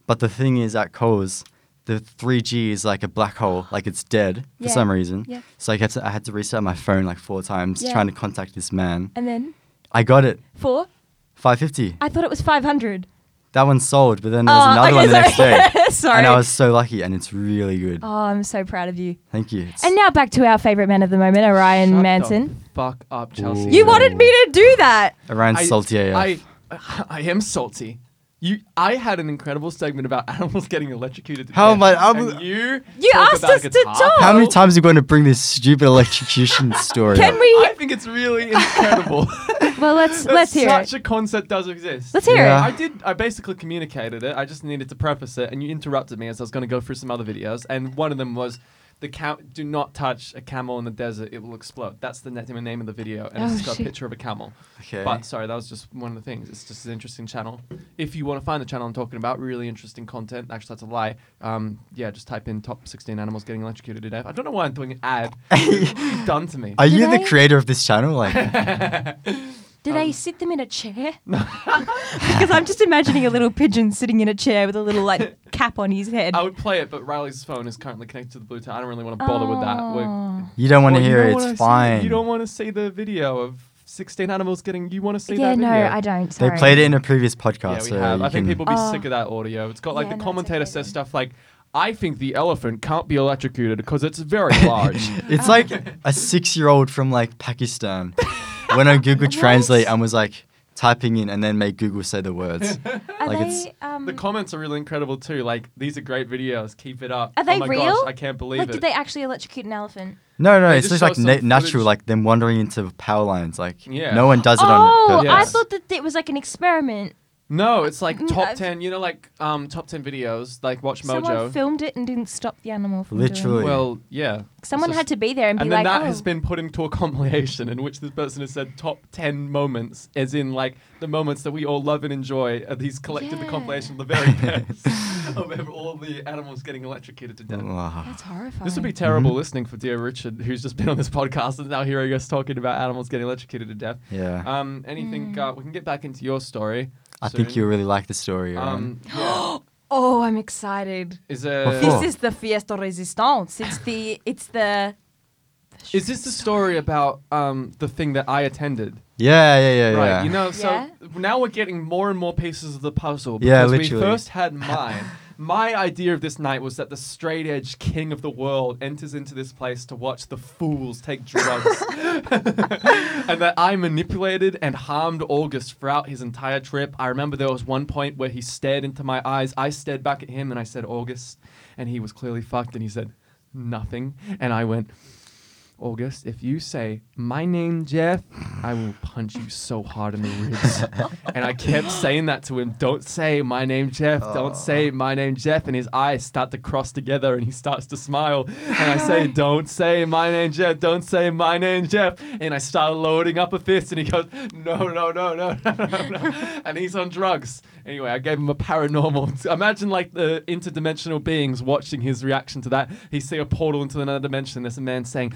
Speaker 4: but the thing is at Coles, the 3G is like a black hole, like it's dead for
Speaker 5: Yeah.
Speaker 4: some reason.
Speaker 5: Yeah.
Speaker 4: So I had to I had to reset my phone like four times
Speaker 5: Yeah.
Speaker 4: trying to contact this man.
Speaker 5: And then
Speaker 4: I got it,
Speaker 5: four.
Speaker 4: 550.
Speaker 5: I thought it was five hundred.
Speaker 4: That one sold, but then there was another one the next day.
Speaker 5: Oh, sorry.
Speaker 4: And I was so lucky, and it's really good.
Speaker 5: oh, I'm so proud of you.
Speaker 4: Thank you. It's-
Speaker 5: And now back to our favorite man of the moment, Orion
Speaker 3: Shut the
Speaker 5: Manson.
Speaker 3: fuck up, Chelsea.
Speaker 8: You wanted me to do that.
Speaker 4: Orion
Speaker 3: I-
Speaker 4: Saltier.
Speaker 3: I, I am salty. You, I had an incredible segment about animals getting electrocuted. To
Speaker 4: How
Speaker 3: death,
Speaker 4: am I- I'm-
Speaker 3: and you?
Speaker 5: You
Speaker 3: talk
Speaker 5: asked
Speaker 3: about
Speaker 5: us to
Speaker 3: guitar.
Speaker 5: talk.
Speaker 4: How
Speaker 3: Oh.
Speaker 4: many times are you going to bring this stupid electrocution story?
Speaker 5: Can
Speaker 4: up?
Speaker 5: we?
Speaker 3: I think it's really incredible.
Speaker 5: Well, let's let's hear
Speaker 3: such
Speaker 5: it.
Speaker 3: a concept does exist.
Speaker 5: Let's hear
Speaker 4: Yeah.
Speaker 5: it.
Speaker 3: I did. I basically communicated it. I just needed to preface it, and you interrupted me as I was going to go through some other videos, and one of them was the cow do not touch a camel in the desert; it will explode. That's the net- name of the video, and it's
Speaker 5: Oh,
Speaker 3: just got a
Speaker 5: shit.
Speaker 3: picture of a camel.
Speaker 4: Okay.
Speaker 3: But sorry, that was just one of the things. It's just an interesting channel. If you want to find the channel I'm talking about, really interesting content. Actually, that's a lie. Um, yeah, just type in top 16 animals getting electrocuted to death. I don't know why I'm doing an ad. what have you done to me?
Speaker 4: Are you
Speaker 5: Did
Speaker 4: the
Speaker 5: I-
Speaker 4: creator of this channel? Like,
Speaker 5: Did I sit them in a chair?
Speaker 8: Because I'm just imagining a little pigeon sitting in a chair with a little like cap on his head.
Speaker 3: I would play it, but Riley's phone is currently connected to the Bluetooth. I don't really want to bother with that.
Speaker 5: Oh.
Speaker 3: We're-
Speaker 4: you don't want
Speaker 3: Well,
Speaker 4: to
Speaker 3: you
Speaker 4: hear
Speaker 3: don't
Speaker 4: it.
Speaker 3: wanna
Speaker 4: It's
Speaker 3: see-
Speaker 4: fine.
Speaker 3: you don't want to see the video of 16 animals getting. You want to see
Speaker 5: yeah,
Speaker 3: that
Speaker 5: no,
Speaker 3: video?
Speaker 5: I don't.
Speaker 4: They
Speaker 5: Sorry.
Speaker 4: played it in a previous podcast.
Speaker 3: Yeah, we
Speaker 4: so
Speaker 3: have.
Speaker 4: You
Speaker 3: I think
Speaker 4: can-
Speaker 3: people will be
Speaker 5: Oh.
Speaker 3: sick of that audio. It's got like
Speaker 5: Yeah,
Speaker 3: the
Speaker 5: no, it's
Speaker 3: commentator
Speaker 5: okay
Speaker 3: says
Speaker 5: then.
Speaker 3: stuff like, "I think the elephant can't be electrocuted because it's very large."
Speaker 4: It's like a six-year-old from like Pakistan went on Google Translate and was like typing in and then made Google say the words.
Speaker 5: Are
Speaker 4: like
Speaker 5: they?
Speaker 4: it's-
Speaker 5: um,
Speaker 3: the comments are really incredible too. Like, these are great videos. Keep it up.
Speaker 5: Are they
Speaker 3: oh my
Speaker 5: real?
Speaker 3: Gosh, I can't believe
Speaker 5: like,
Speaker 3: it.
Speaker 5: did they actually electrocute an elephant?
Speaker 4: No, no,
Speaker 3: They
Speaker 4: it's
Speaker 3: just
Speaker 4: just
Speaker 3: show
Speaker 4: like
Speaker 3: some
Speaker 4: na-
Speaker 3: footage.
Speaker 4: natural, like them wandering into power lines. Like
Speaker 3: Yeah.
Speaker 4: no one does it
Speaker 5: oh,
Speaker 4: on
Speaker 5: I
Speaker 3: Yes.
Speaker 4: purpose.
Speaker 5: thought that it was like an experiment.
Speaker 3: no, it's like
Speaker 5: Mm,
Speaker 3: top
Speaker 5: I've-
Speaker 3: ten. You know, like um, top ten videos. Like Watch
Speaker 5: Someone
Speaker 3: Mojo.
Speaker 5: filmed it and didn't stop the animal from
Speaker 4: Literally.
Speaker 5: Doing it.
Speaker 3: well, yeah. It's
Speaker 5: Someone
Speaker 3: just-
Speaker 5: had to be there and,
Speaker 3: And
Speaker 5: be
Speaker 3: then
Speaker 5: like,
Speaker 3: that
Speaker 5: oh.
Speaker 3: has been put into a compilation in which this person has said top 10 moments, as in like the moments that we all love and enjoy are these collected the
Speaker 5: Yeah.
Speaker 3: compilation of the very best of ever- all the animals getting electrocuted to death.
Speaker 4: Wow.
Speaker 5: That's horrifying.
Speaker 3: This would be terrible
Speaker 4: Mm-hmm.
Speaker 3: listening for dear Richard, who's just been on this podcast and now hearing us talking about animals getting electrocuted to death.
Speaker 4: Yeah.
Speaker 3: Um, anything,
Speaker 5: Mm.
Speaker 3: uh, we can get back into your story.
Speaker 4: I think
Speaker 3: soon.
Speaker 4: you'll really like the story. Um,
Speaker 3: Um, yeah.
Speaker 8: oh, I'm excited.
Speaker 3: is, there,
Speaker 4: Before-
Speaker 8: This is the fiesta resistance. It's the it's the
Speaker 3: is this the story about um, the thing that I attended?
Speaker 4: yeah, yeah, yeah, yeah.
Speaker 3: Right, you know, so
Speaker 5: Yeah.
Speaker 3: now we're getting more and more pieces of the puzzle
Speaker 4: Yeah,
Speaker 3: because we
Speaker 4: literally.
Speaker 3: first had mine. My idea of this night was that the straight edge king of the world enters into this place to watch the fools take drugs. and that I manipulated and harmed August throughout his entire trip. I remember there was one point where he stared into my eyes. I stared back at him and I said, August. And he was clearly fucked and he said, nothing. And I went, August, if you say my name Jeff, I will punch you so hard in the ribs. and I kept saying that to him. Don't say my name Jeff. Don't say my name Jeff. And his eyes start to cross together and he starts to smile. And I say, Don't say my name Jeff. Don't say my name Jeff. And I start loading up a fist and he goes, No, no, no, no, no, no, no. And he's on drugs. Anyway, I gave him a paranormal. Imagine like the interdimensional beings watching his reaction to that. He see a portal into another dimension. There's a man saying,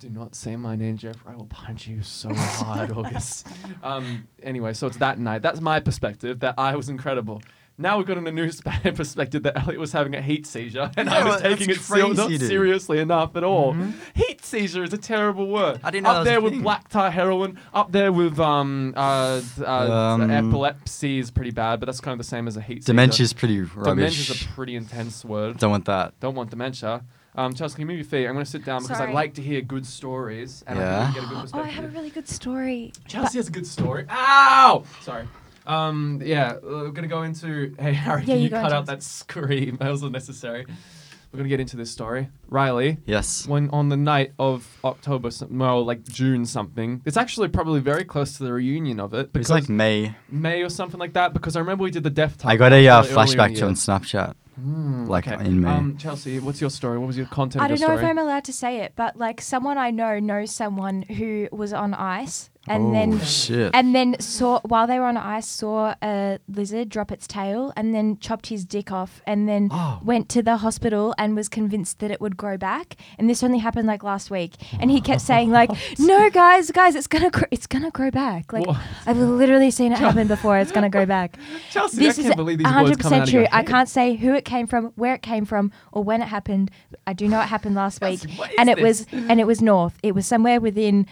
Speaker 3: do not say my name, Jeff. or I will punch you so hard, August. Um, anyway, so it's that night. That's my perspective. That I was incredible. Now we've got in a new sp- perspective that Elliot was having a heat seizure, and I
Speaker 4: No,
Speaker 3: was
Speaker 4: that's
Speaker 3: taking it ser- not
Speaker 4: crazy, dude. Mm-hmm.
Speaker 3: seriously enough at all. Heat seizure is a terrible word.
Speaker 4: I didn't know
Speaker 3: up
Speaker 4: that was
Speaker 3: there
Speaker 4: a
Speaker 3: with
Speaker 4: thing.
Speaker 3: black tar heroin. Up there with um, uh, d- uh,
Speaker 4: Um,
Speaker 3: epilepsy is pretty bad, but that's kind of the same as a heat
Speaker 4: Dementia
Speaker 3: seizure.
Speaker 4: is pretty rubbish.
Speaker 3: Dementia is a pretty intense word
Speaker 4: Don't want that.
Speaker 3: don't want dementia. Um, Chelsea, can you move your feet? I'm going to sit down because I
Speaker 5: Sorry.
Speaker 3: like to hear good stories and I
Speaker 4: Yeah.
Speaker 3: can really get a good
Speaker 5: Oh, I
Speaker 3: perspective.
Speaker 5: have a really good story.
Speaker 3: Chelsea has a good story. Ow! Sorry. Um, yeah, uh, we're going to go into. Hey, Harry,
Speaker 5: Yeah,
Speaker 3: can you,
Speaker 5: you go,
Speaker 3: cut out
Speaker 5: Chelsea.
Speaker 3: that scream? That was unnecessary. We're going to get into this story. Riley,
Speaker 4: Yes.
Speaker 3: when on the night of October, some- well, like June something, it's actually probably very close to the reunion of it.
Speaker 4: It's
Speaker 3: Because
Speaker 4: like May.
Speaker 3: May or something like that because I remember we did the Death Touch.
Speaker 4: I got a uh,
Speaker 3: earlier in the
Speaker 4: flashback
Speaker 3: year.
Speaker 4: to on Snapchat. like
Speaker 3: Okay.
Speaker 4: in May.
Speaker 3: Um, Chelsea, what's your story? What was your content
Speaker 5: I
Speaker 3: of your
Speaker 5: don't know
Speaker 3: story?
Speaker 5: if I'm allowed to say it, but like someone I know knows someone who was on ice and
Speaker 4: oh
Speaker 5: then
Speaker 4: shit.
Speaker 5: and then saw while they were on ice saw a lizard drop its tail and then chopped his dick off and then
Speaker 3: Oh.
Speaker 5: went to the hospital and was convinced that it would grow back and this only happened like last week and he kept saying like no guys guys it's gonna gr- it's gonna grow back like
Speaker 3: What?
Speaker 5: I've literally seen it happen before it's gonna grow back
Speaker 3: Chelsea,
Speaker 5: this
Speaker 3: I
Speaker 5: is
Speaker 3: can't believe these words come out of
Speaker 5: true
Speaker 3: your
Speaker 5: I
Speaker 3: head.
Speaker 5: can't say who it came from where it came from or when it happened I do know it happened last week
Speaker 3: Chelsea, what is
Speaker 5: and it
Speaker 3: this?
Speaker 5: was and it was north it was somewhere within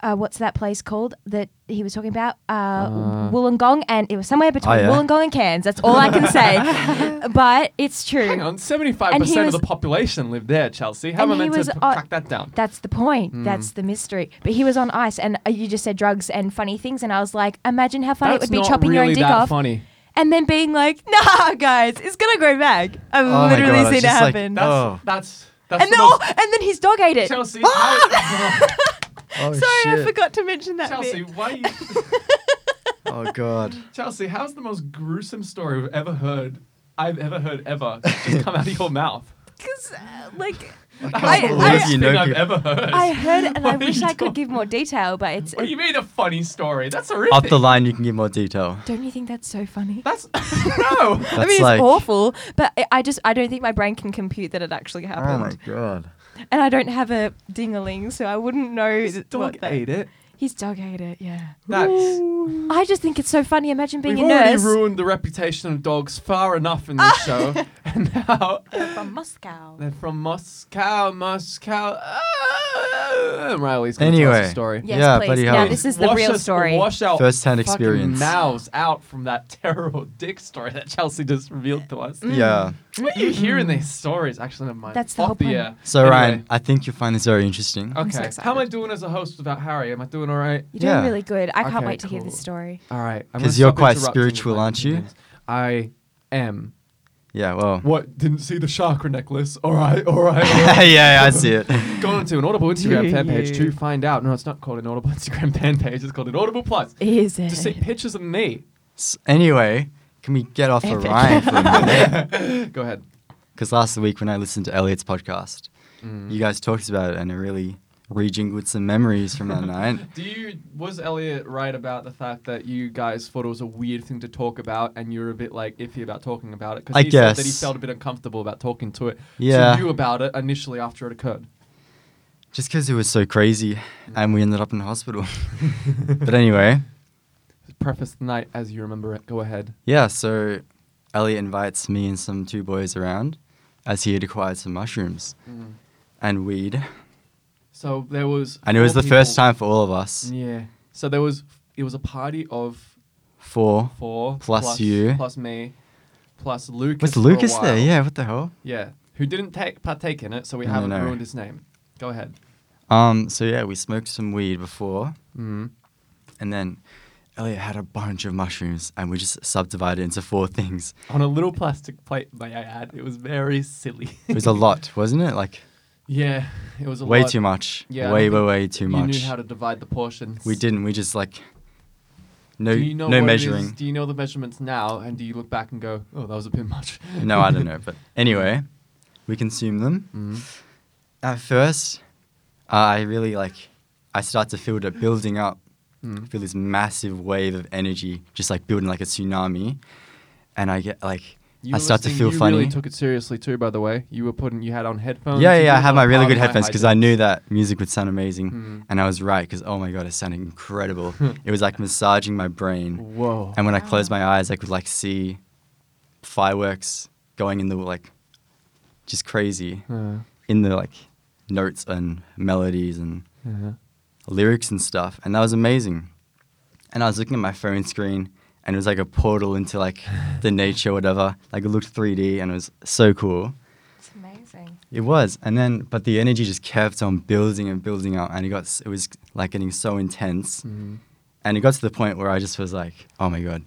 Speaker 5: uh, what's that place called that he was talking about? Uh, Wollongong, and it was somewhere between
Speaker 4: Oh, yeah.
Speaker 5: Wollongong and Cairns. That's all I can say. but it's true.
Speaker 3: Hang on, seventy-five
Speaker 5: And he
Speaker 3: percent
Speaker 5: was-
Speaker 3: of the population live there, Chelsea. How am
Speaker 5: And
Speaker 3: I
Speaker 5: he
Speaker 3: meant to
Speaker 5: was
Speaker 3: p-
Speaker 5: on-
Speaker 3: track that down?
Speaker 5: That's the point.
Speaker 4: Hmm.
Speaker 5: That's the mystery. But he was on ice, and uh, you just said drugs and funny things, and I was like, imagine how funny
Speaker 3: That's
Speaker 5: it would
Speaker 3: not
Speaker 5: be chopping
Speaker 3: really
Speaker 5: your own dick
Speaker 3: that
Speaker 5: off,
Speaker 3: funny.
Speaker 5: and then being like,
Speaker 8: nah, guys. It's gonna grow back. I've
Speaker 4: Oh my
Speaker 8: literally
Speaker 4: God, I was
Speaker 8: seen it
Speaker 4: just like-
Speaker 8: happen.
Speaker 3: That's
Speaker 4: Oh.
Speaker 3: that's that's
Speaker 5: and
Speaker 3: the
Speaker 5: then oh,
Speaker 3: most-
Speaker 5: and then his dog ate it. Ah!
Speaker 3: Chelsea. how-
Speaker 4: oh
Speaker 8: Sorry, I
Speaker 4: shit.
Speaker 8: forgot to mention that.
Speaker 3: Chelsea,
Speaker 8: bit.
Speaker 3: why? You,
Speaker 4: Oh god.
Speaker 3: Chelsea, how's the most gruesome story we've ever heard? I've ever heard ever just come out of your mouth.
Speaker 5: because uh, like
Speaker 4: I can't believe you know
Speaker 3: I've
Speaker 4: people-
Speaker 3: ever heard.
Speaker 5: I heard it and I
Speaker 3: What are
Speaker 5: wish
Speaker 3: you
Speaker 5: I could
Speaker 3: talking-
Speaker 5: give more detail, but it's.
Speaker 3: What do you mean a funny story? That's horrific.
Speaker 4: Up the line, you can give more detail.
Speaker 5: uh, Don't you think that's so funny?
Speaker 3: That's no.
Speaker 4: That's
Speaker 5: I mean, it's
Speaker 4: like,
Speaker 5: awful, but I- I just I don't think my brain can compute that it actually
Speaker 4: Oh
Speaker 5: happened,
Speaker 4: my god.
Speaker 5: and I don't have a dingaling, so I wouldn't know.
Speaker 3: His
Speaker 5: that-
Speaker 3: dog
Speaker 5: what that-
Speaker 3: ate it.
Speaker 5: His dog ate it. Yeah.
Speaker 3: That's
Speaker 5: I just think it's so funny. Imagine being
Speaker 3: we've
Speaker 5: a
Speaker 3: already
Speaker 5: nurse.
Speaker 3: ruined the reputation of dogs far enough in this show, and now
Speaker 5: from Moscow.
Speaker 3: they're from Moscow, Moscow. Ah, Riley's gonna tell us
Speaker 4: Anyway.
Speaker 3: a story.
Speaker 5: Yes,
Speaker 4: Yeah,
Speaker 5: please.
Speaker 4: bloody
Speaker 5: Now
Speaker 4: hell.
Speaker 5: this is the
Speaker 3: Wash
Speaker 5: real
Speaker 3: us-
Speaker 5: story.
Speaker 3: Wash out
Speaker 4: First-hand
Speaker 3: fucking
Speaker 4: experience.
Speaker 3: Mouths out from that terrible dick story that Chelsea just revealed to us.
Speaker 4: Yeah.
Speaker 3: What you hear in these stories? Actually, never mind.
Speaker 5: Mm. That's the
Speaker 3: Off
Speaker 5: whole
Speaker 3: the
Speaker 5: point.
Speaker 3: air.
Speaker 4: So
Speaker 3: Anyway.
Speaker 4: Ryan, I think you'll find this very interesting.
Speaker 3: Okay.
Speaker 5: so
Speaker 3: How am I
Speaker 5: excited.
Speaker 3: doing as a host without Harry? Am I doing all right?
Speaker 5: You're doing
Speaker 4: Yeah.
Speaker 5: really good. I can't
Speaker 3: Okay,
Speaker 5: wait to hear
Speaker 3: cool.
Speaker 5: this story.
Speaker 3: All right. I'm
Speaker 4: 'Cause
Speaker 3: gonna
Speaker 4: you're
Speaker 3: stop
Speaker 4: quite
Speaker 3: interrupting with
Speaker 4: spiritual,
Speaker 3: my
Speaker 4: aren't you?
Speaker 3: opinions. I am.
Speaker 4: Yeah. Well.
Speaker 3: What? Didn't see the chakra necklace? All right. All right. all right.
Speaker 4: yeah, yeah, I see it.
Speaker 3: Go on to an Audible Instagram
Speaker 5: Do
Speaker 3: fan page to
Speaker 5: you?
Speaker 3: find out. No, it's not called an Audible Instagram fan page. It's called an Audible Plus
Speaker 5: Is
Speaker 3: to see pictures of me.
Speaker 4: S- anyway, can we get off of
Speaker 5: Epic.
Speaker 4: Ryan for a minute?
Speaker 3: Go ahead.
Speaker 4: Because last week when I listened to Elliot's podcast,
Speaker 3: Hmm. Mm.
Speaker 4: you guys talked about it and it really rejingled some memories from that night.
Speaker 3: Do you was Elliot right about the fact that you guys thought it was a weird thing to talk about and you were a bit like iffy about talking about it? Because
Speaker 4: I
Speaker 3: he said that he
Speaker 4: guess.
Speaker 3: felt a bit uncomfortable about talking to it
Speaker 4: Yeah.
Speaker 3: to you about it initially after it occurred.
Speaker 4: Just because it was so crazy and we ended up in the hospital. but anyway,
Speaker 3: Preface the night as you remember it. Go ahead.
Speaker 4: yeah, so Elliot invites me and some two boys around as he had acquired some mushrooms
Speaker 3: Mm.
Speaker 4: and weed.
Speaker 3: So there was
Speaker 4: And it was
Speaker 3: four
Speaker 4: the first
Speaker 3: people-
Speaker 4: time for all of us.
Speaker 3: Yeah. So there was it was a party of
Speaker 4: Four.
Speaker 3: four
Speaker 4: Plus you.
Speaker 3: plus me plus Lucas.
Speaker 4: Was
Speaker 3: for a
Speaker 4: Lucas there?
Speaker 3: while.
Speaker 4: Yeah, what the hell?
Speaker 3: Yeah. Who didn't take partake in it, so we
Speaker 4: No,
Speaker 3: haven't
Speaker 4: no.
Speaker 3: ruined his name. Go ahead.
Speaker 4: Um, so yeah, we smoked some weed before,
Speaker 3: Mm.
Speaker 4: and then Elliot had a bunch of mushrooms, and we just subdivided it into four things.
Speaker 3: on a little plastic plate, may I add. It was very silly.
Speaker 4: It was a lot, wasn't it? Like
Speaker 3: yeah, it was a
Speaker 4: way
Speaker 3: lot.
Speaker 4: too much.
Speaker 3: Yeah, I
Speaker 4: way, way,
Speaker 3: don't
Speaker 4: way too
Speaker 3: you
Speaker 4: much.
Speaker 3: knew how to divide the portions.
Speaker 4: we didn't. We just like no,
Speaker 3: Do you know
Speaker 4: no
Speaker 3: what it is?
Speaker 4: measuring.
Speaker 3: Do you know the measurements now? And do you look back and go, "Oh, that was a bit much"?
Speaker 4: no, I don't know. But anyway, we consume them.
Speaker 3: Mm.
Speaker 4: At first, I really like. I start to feel it building up.
Speaker 3: Mm.
Speaker 4: feel this massive wave of energy, just like building like a tsunami, and I get like.
Speaker 3: You
Speaker 4: I
Speaker 3: were
Speaker 4: start to
Speaker 3: listening-
Speaker 4: feel
Speaker 3: you
Speaker 4: funny.
Speaker 3: Really took it seriously too, by the way. You were putting, you had on headphones.
Speaker 4: Yeah,
Speaker 3: you
Speaker 4: yeah, I
Speaker 3: Oh, did
Speaker 4: had
Speaker 3: a
Speaker 4: my really
Speaker 3: part
Speaker 4: good
Speaker 3: of my
Speaker 4: headphones because
Speaker 3: hygiene.
Speaker 4: I knew that music would sound amazing,
Speaker 3: Mm.
Speaker 4: and I was right because oh my god, it sounded incredible. it was like massaging my brain,
Speaker 3: Whoa.
Speaker 4: and when I closed my eyes, I could like see fireworks going in the like, just crazy
Speaker 3: Uh,
Speaker 4: in the like notes and melodies and
Speaker 3: uh,
Speaker 4: lyrics and stuff, and that was amazing. And I was looking at my phone screen, and it was like a portal into like the nature, whatever. Like it looked 3D, and it was so cool.
Speaker 5: It's amazing.
Speaker 4: It was, and then but the energy just kept on building and building up, and it got s- it was like getting so intense,
Speaker 3: mm,
Speaker 4: and it got to the point where I just was like, oh my god,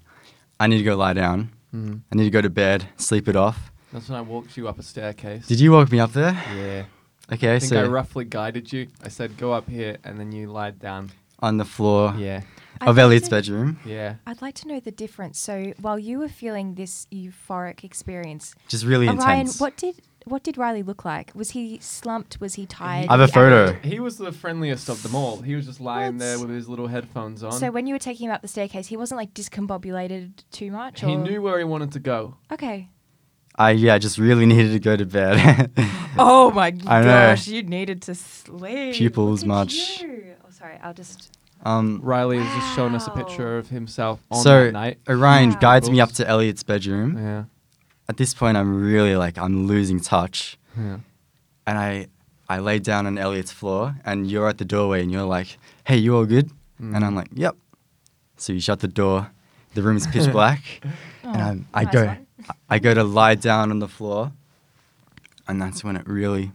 Speaker 4: I need to go lie down,
Speaker 3: mm.
Speaker 4: I need to go to bed, sleep it off.
Speaker 3: That's when I walked you up a staircase.
Speaker 4: Did you walk me up there?
Speaker 3: Yeah.
Speaker 4: Okay,
Speaker 3: I think I
Speaker 4: so
Speaker 3: roughly guided you. I said, "Go up here," and then you lied down.
Speaker 4: on the floor
Speaker 3: Yeah.
Speaker 4: of Elliot's bedroom,
Speaker 3: Yeah.
Speaker 5: I'd like to know the difference. So while you were feeling this euphoric experience,
Speaker 4: just really
Speaker 5: Oh, Ryan,
Speaker 4: intense.
Speaker 5: what did what did Riley look like? Was he slumped? Was he tired?
Speaker 4: I have a
Speaker 5: Was he out-
Speaker 4: photo.
Speaker 3: He was the friendliest of them all. He was just lying
Speaker 5: What?
Speaker 3: there with his little headphones on.
Speaker 5: So when you were taking him up the staircase, he wasn't like discombobulated too much.
Speaker 3: he
Speaker 5: or-
Speaker 3: knew where he wanted to go.
Speaker 5: Okay.
Speaker 4: I yeah, just really needed to go to bed.
Speaker 8: Oh my
Speaker 4: I know.
Speaker 8: gosh, you needed to sleep.
Speaker 4: Pupils
Speaker 5: Look at
Speaker 4: much.
Speaker 5: you. Oh, sorry. I'll just.
Speaker 4: Um,
Speaker 3: Riley has just shown us a
Speaker 5: Wow.
Speaker 3: picture of himself on
Speaker 4: so
Speaker 3: that night.
Speaker 4: Orion
Speaker 5: Wow.
Speaker 4: guides me up
Speaker 3: Oops.
Speaker 4: to Elliot's bedroom.
Speaker 3: Yeah.
Speaker 4: At this point, I'm really like I'm losing touch,
Speaker 3: Yeah.
Speaker 4: and I I lay down on Elliot's floor, and you're at the doorway, and you're like, "Hey, you all good?" And
Speaker 3: Mm.
Speaker 4: I'm like, "Yep." So you shut the door. The room is pitch black, and I'm, I
Speaker 5: Oh, nice
Speaker 4: go
Speaker 5: one.
Speaker 4: I- I go to lie down on the floor, and that's when it really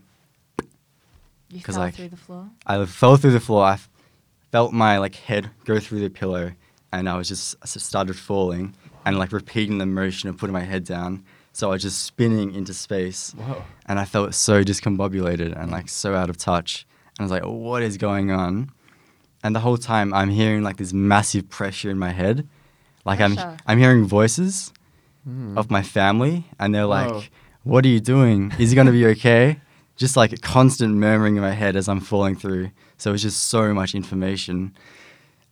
Speaker 5: You
Speaker 4: 'Cause,
Speaker 5: fell
Speaker 4: like-
Speaker 5: through the floor.
Speaker 4: I fell through the floor. I f- felt my like head go through the pillow, and I was just I s- started falling and like repeating the motion of putting my head down. So I was just spinning into space,
Speaker 3: Whoa.
Speaker 4: and I felt so discombobulated and like so out of touch. And I was like, "What is going on?" And the whole time I'm hearing like this massive pressure in my head, like
Speaker 5: Pressure.
Speaker 4: I'm I'm hearing voices
Speaker 3: Mm.
Speaker 4: of my family, and they're like,
Speaker 3: Whoa.
Speaker 4: What are you doing? Is he going to be okay? Just like a constant murmuring in my head as I'm falling through. So it's just so much information.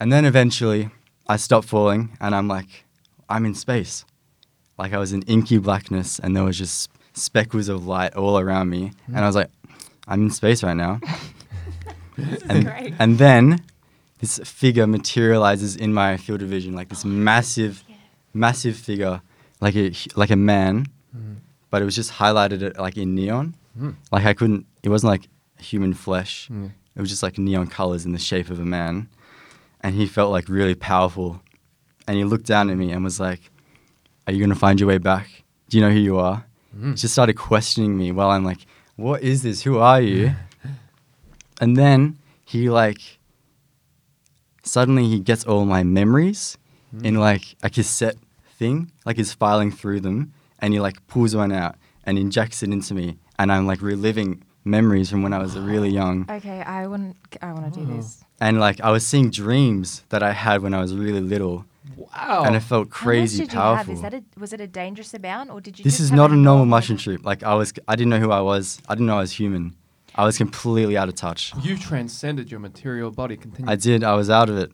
Speaker 4: And then eventually I stop falling and I'm like, I'm in space. Like I was in inky blackness and there was just speckles of light all around me. And I was like, I'm in space right now. and, and then this figure materializes in my field of vision, like this massive, massive figure, like a like a man, but it was just highlighted uh, like in neon. Like I couldn't. It wasn't like human flesh. It was just like neon colors in the shape of a man, and he felt like really powerful. And he looked down at me and was like, "Are you gonna find your way back? Do you know who you are?" He just started questioning me while I'm like, "What is this? Who are you?" and then he like suddenly he gets all my memories in like a cassette thing, like he's filing through them, and he like pulls one out and injects it into me, and I'm like reliving memories from when I was really young,
Speaker 5: Okay, I want I want
Speaker 4: Oh.
Speaker 5: to do this.
Speaker 4: and like I was seeing dreams that I had when I was really little,
Speaker 3: Wow.
Speaker 4: and it felt crazy powerful.
Speaker 5: Is that a, was it a dangerous amount or did you?
Speaker 4: this is not a normal mushroom trip. Like I was, I didn't know who I was. I didn't know I was human. I was completely out of touch.
Speaker 3: you transcended your material body. Continue.
Speaker 4: I did. I was out of it.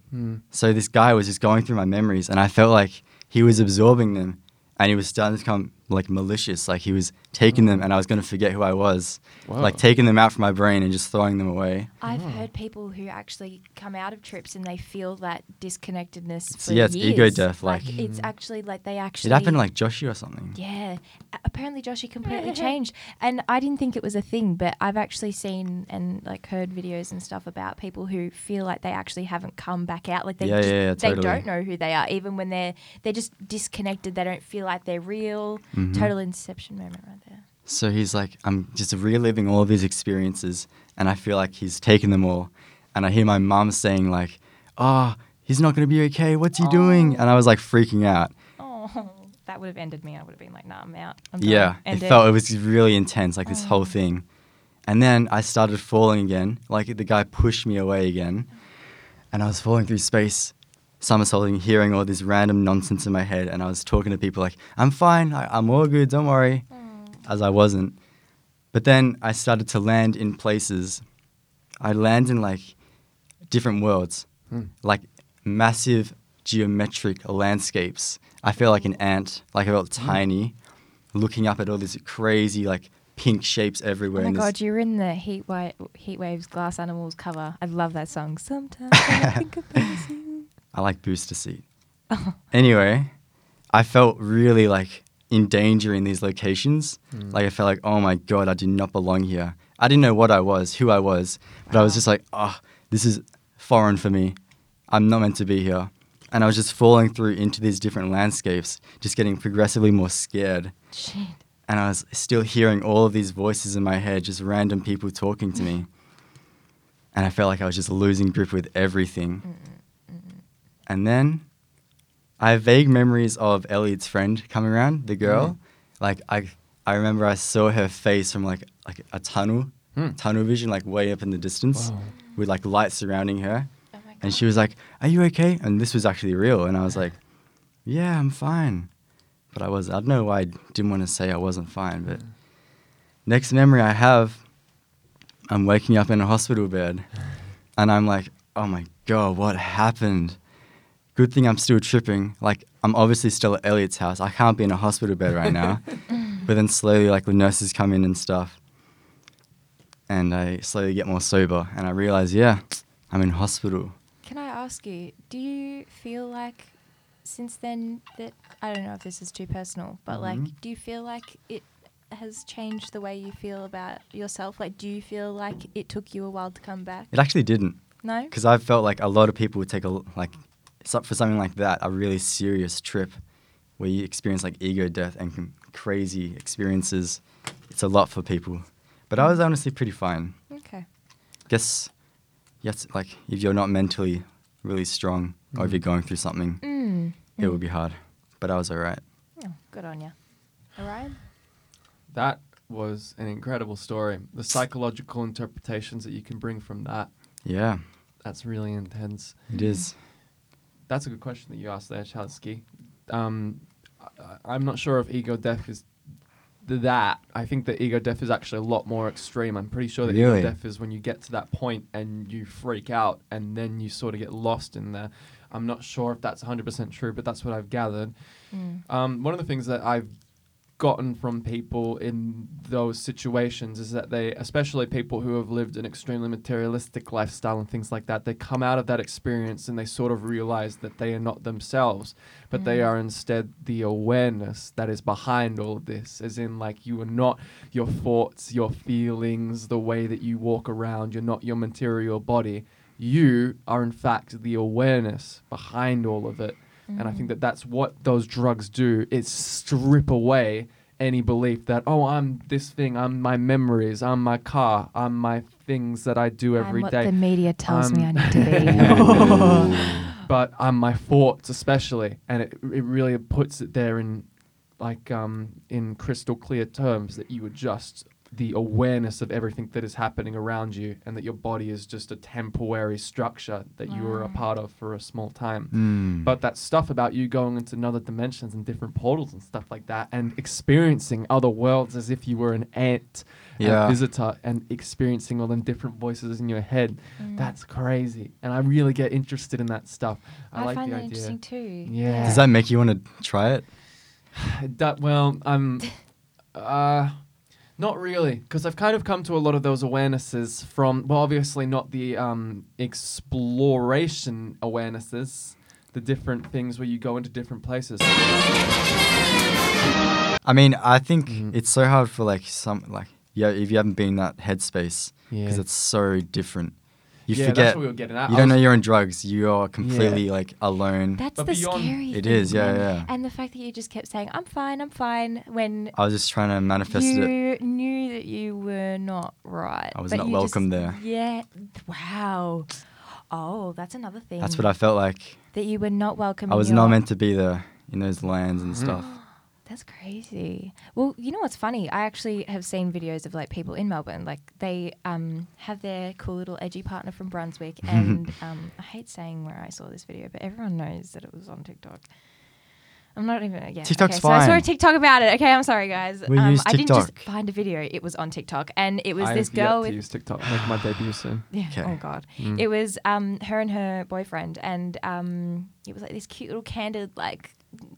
Speaker 4: So this guy was just going through my memories, and I felt like he was absorbing them, and he was starting to become like malicious. Like he was taking them, and I was going to forget who I was. Like
Speaker 3: Wow.
Speaker 4: taking them out from my brain and just throwing them away.
Speaker 5: I've heard people who actually come out of trips and they feel that disconnectedness.
Speaker 4: It's-
Speaker 5: for
Speaker 4: yeah, it's ego
Speaker 5: years.
Speaker 4: death, like- Mm.
Speaker 5: it's actually like they actually.
Speaker 4: It happened to, like Joshua or something.
Speaker 5: Yeah, A- apparently Joshie completely changed, and I didn't think it was a thing, but I've actually seen and like heard videos and stuff about people who feel like they actually haven't come back out, like they
Speaker 4: Yeah,
Speaker 5: ju-
Speaker 4: yeah, yeah, totally.
Speaker 5: they don't know who they are, even when they're they're just disconnected. They don't feel like they're real.
Speaker 4: Mm-hmm.
Speaker 5: Total inception moment right there.
Speaker 4: So he's like, I'm just reliving all of these experiences, and I feel like he's taking them all. And I hear my mum saying like, "Oh, he's not going to be okay. What's he doing?" And I was like freaking out.
Speaker 5: Oh, that would have ended me. I would have been like, Nah, I'm out. I'm done.
Speaker 4: Yeah,
Speaker 5: End
Speaker 4: it felt it was really intense, like this whole thing. And then I started falling again, like the guy pushed me away again, and I was falling through space, somersaulting, hearing all this random nonsense in my head, and I was talking to people like, "I'm fine, I, I'm all good, don't worry," as I wasn't. But then I started to land in places. I land in like different worlds, like massive geometric landscapes. I feel like an ant, like I felt tiny, looking up at all these crazy like pink shapes everywhere.
Speaker 5: Oh my
Speaker 4: and this-
Speaker 5: god, you were in the Heat, Wi- heat Waves Glass Animals cover. I love that song. Sometimes when I think about you.
Speaker 4: I like booster seat. anyway, I felt really like in danger in these locations. Like I felt like, oh my god, I do not belong here. I didn't know what I was, who I was, but I was just like, oh, this is foreign for me. I'm not meant to be here. And I was just falling through into these different landscapes, just getting progressively more scared.
Speaker 5: Shit.
Speaker 4: And I was still hearing all of these voices in my head, just random people talking to me. And I felt like I was just losing grip with everything. And then I have vague memories of Elliot's friend coming around, the girl. Like I I remember I saw her face from like like a tunnel, tunnel vision, like way up in the distance, with like light surrounding her. And she was like, Are you okay? And this was actually real. And I was like, Yeah, I'm fine. But I was I don't know why I didn't want to say I wasn't fine, but next memory I have, I'm waking up in a hospital bed and I'm like, Oh my god, what happened? Good thing I'm still tripping. Like, I'm obviously still at Elliot's house. I can't be in a hospital bed right now. but then slowly, like, the nurses come in and stuff. And I slowly get more sober. And I realize, yeah, I'm in hospital.
Speaker 5: Can I ask you, do you feel like since then that I don't know if this is too personal, but
Speaker 3: Mm-hmm.
Speaker 5: like do you feel like it has changed the way you feel about yourself? Like do you feel like it took you a while to come back?
Speaker 4: It actually didn't.
Speaker 5: No?
Speaker 4: Because I felt like a lot of people would take a, l- like, so- for something like that, a really serious trip where you experience, like, ego death and com- crazy experiences. It's a lot for people. But I was honestly pretty fine.
Speaker 5: Okay.
Speaker 4: guess yes like if you're not mentally really strong or if you're going through something
Speaker 5: Mm.
Speaker 4: it would be hard but i was all right
Speaker 5: Oh, good on you. All right.
Speaker 3: That was an incredible story. The psychological interpretations that you can bring from that.
Speaker 4: yeah
Speaker 3: That's really intense.
Speaker 4: it is
Speaker 3: That's a good question that you asked there, Chalsky. Um, I, I- I'm not sure if ego death is that. I think that ego death is actually a lot more extreme. I'm pretty sure that
Speaker 4: Really?
Speaker 3: ego death is when you get to that point and you freak out and then you sort of get lost in there. I'm not sure if that's 100% true, but that's what I've gathered. Um, one of the things that I've gotten from people in those situations is that they, especially people who have lived an extremely materialistic lifestyle and things like that, they come out of that experience and they sort of realize that they are not themselves, but they are instead the awareness that is behind all of this. As in, like, you are not your thoughts, your feelings, the way that you walk around, you're not your material body. You are, in fact, the awareness behind all of it and I think that that's what those drugs do is strip away any belief that oh I'm this thing I'm my memories I'm my car I'm my things that I do every
Speaker 5: what
Speaker 3: day
Speaker 5: the media tells me I
Speaker 3: Um,
Speaker 5: need to
Speaker 3: but um, my thoughts especially, and it, it really puts it there in like um, in crystal clear terms that you are just the awareness of everything that is happening around you, and that your body is just a temporary structure that you were a part of for a small time. But that stuff about you going into another dimensions and different portals and stuff like that, and experiencing other worlds as if you were an ant, uh,
Speaker 4: Yeah.
Speaker 3: a visitor, and experiencing all them different voices in your head. That's crazy, and I really get interested in that stuff. I, like
Speaker 2: find
Speaker 3: the
Speaker 2: that
Speaker 3: idea.
Speaker 2: interesting too.
Speaker 3: Yeah.
Speaker 4: Does that make you want to try it?
Speaker 3: That- well, I'm. Uh, not really, because I've kind of come to a lot of those awarenesses from, well, obviously not the um, exploration awarenesses, the different things where you go into different places.
Speaker 4: I mean, I think
Speaker 3: Mm-hmm.
Speaker 4: it's so hard for like some like yeah, if you haven't been in that headspace because
Speaker 3: Yeah.
Speaker 4: it's so different. You
Speaker 3: Yeah, that's
Speaker 4: forget.
Speaker 3: what we were getting at.
Speaker 4: You
Speaker 3: I
Speaker 4: don't
Speaker 3: was-
Speaker 4: know you're on drugs. You are completely like alone.
Speaker 5: That's
Speaker 3: But
Speaker 5: the
Speaker 3: beyond-
Speaker 5: scary.
Speaker 4: It
Speaker 5: thing,
Speaker 4: is, yeah,
Speaker 5: man.
Speaker 4: yeah.
Speaker 5: And the fact that you just kept saying, "I'm fine, I'm fine," when
Speaker 4: I was just trying to manifest it.
Speaker 5: you knew that you were not right.
Speaker 4: I was
Speaker 5: but
Speaker 4: not
Speaker 5: you just-
Speaker 4: welcome there.
Speaker 5: Yeah. Wow. Oh, that's another thing.
Speaker 4: That's what I felt like.
Speaker 5: That you were not welcome.
Speaker 4: I
Speaker 5: in
Speaker 4: was
Speaker 5: your-
Speaker 4: not meant to be there in those lands and
Speaker 3: Mm-hmm.
Speaker 4: stuff.
Speaker 5: That's crazy. Well, you know what's funny? I actually have seen videos of like people in Melbourne, like they um, have their cool little edgy partner from Brunswick, and um, I hate saying where I saw this video, but everyone knows that it was on TikTok. I'm not even. Yeah.
Speaker 4: TikTok's
Speaker 5: okay, So I saw a
Speaker 4: fine.
Speaker 5: TikTok about it. Okay, I'm sorry, guys. Um,
Speaker 4: We use
Speaker 5: I didn't just
Speaker 4: TikTok.
Speaker 5: find a video. It was on TikTok, and it was
Speaker 3: I
Speaker 5: this
Speaker 3: have yet
Speaker 5: girl
Speaker 3: to
Speaker 5: with
Speaker 3: use TikTok, make my debut soon.
Speaker 5: yeah.
Speaker 4: Okay. Mm.
Speaker 5: Oh God. It was um, her and her boyfriend, and um, it was like this cute little candid like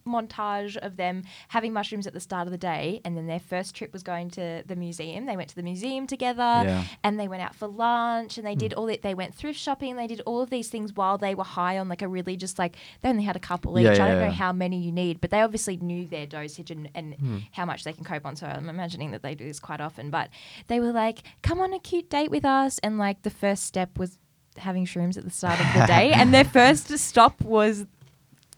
Speaker 5: montage of them having mushrooms at the start of the day, and then their first trip was going to the museum. They went to the museum together,
Speaker 4: Yeah. Mm.
Speaker 5: and they went out for lunch, and they did all that. They went thrift shopping, and they did all of these things while they were high on like a really just like they only had a couple each.
Speaker 4: Yeah,
Speaker 5: I
Speaker 4: yeah,
Speaker 5: don't know
Speaker 4: yeah.
Speaker 5: how many you need, but they obviously knew their dosage and, and
Speaker 4: Hmm.
Speaker 5: how much they can cope on. So I'm imagining that they do this quite often. But they were like, come on a cute date with us. And like the first step was having shrooms at the start of the day. And their first stop was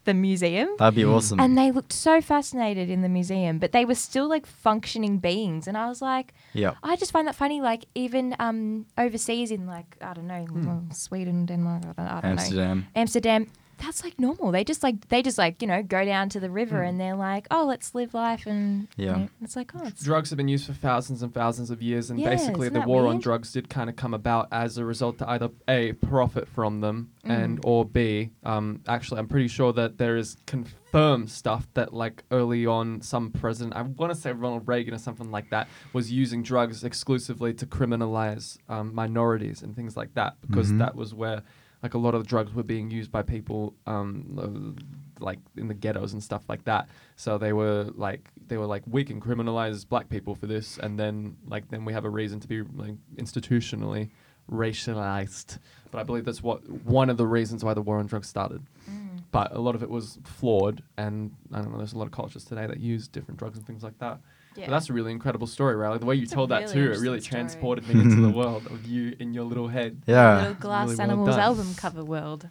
Speaker 5: the museum.
Speaker 4: That'd
Speaker 3: Mm.
Speaker 4: be awesome.
Speaker 5: And they looked so fascinated in the museum, but they were still like functioning beings. And I was like,
Speaker 4: Yep.
Speaker 5: I just find that funny. Like even um, overseas in like I don't know well,
Speaker 4: Hmm.
Speaker 5: Sweden, Denmark, I don't, I don't
Speaker 4: Amsterdam.
Speaker 5: know Amsterdam. That's like normal. They just like they just like you know go down to the river
Speaker 3: Hmm.
Speaker 5: and they're like, oh, let's live life and you
Speaker 4: Yeah.
Speaker 5: know, it's like oh, it's,
Speaker 3: drugs have been used for thousands and thousands of years, and
Speaker 5: Yeah,
Speaker 3: basically
Speaker 5: isn't
Speaker 3: the
Speaker 5: that
Speaker 3: war on
Speaker 5: weird?
Speaker 3: drugs did kind of come about as a result to either a profit from them
Speaker 5: Mm.
Speaker 3: and or b um, actually I'm pretty sure that there is confirmed stuff that like early on some president I want to say Ronald Reagan or something like that was using drugs exclusively to criminalize um, minorities and things like that because that was where like a lot of the drugs were being used by people um, uh, like in the ghettos and stuff like that so they were like they were like we can criminalize black people for this and then like then we have a reason to be like institutionally racialized but i believe that's what one of the reasons why the war on drugs started
Speaker 5: Mm.
Speaker 3: but a lot of it was flawed and i don't know there's a lot of cultures today that use different drugs and things like that
Speaker 5: Yeah.
Speaker 3: but that's a really incredible story riley the way you
Speaker 5: It's a
Speaker 3: told that
Speaker 5: really
Speaker 3: too it
Speaker 5: interesting
Speaker 3: really
Speaker 5: story.
Speaker 3: transported me into the world of you in your little head
Speaker 5: little
Speaker 4: yeah.
Speaker 5: glass
Speaker 3: really well
Speaker 5: animals
Speaker 3: done.
Speaker 5: album cover world.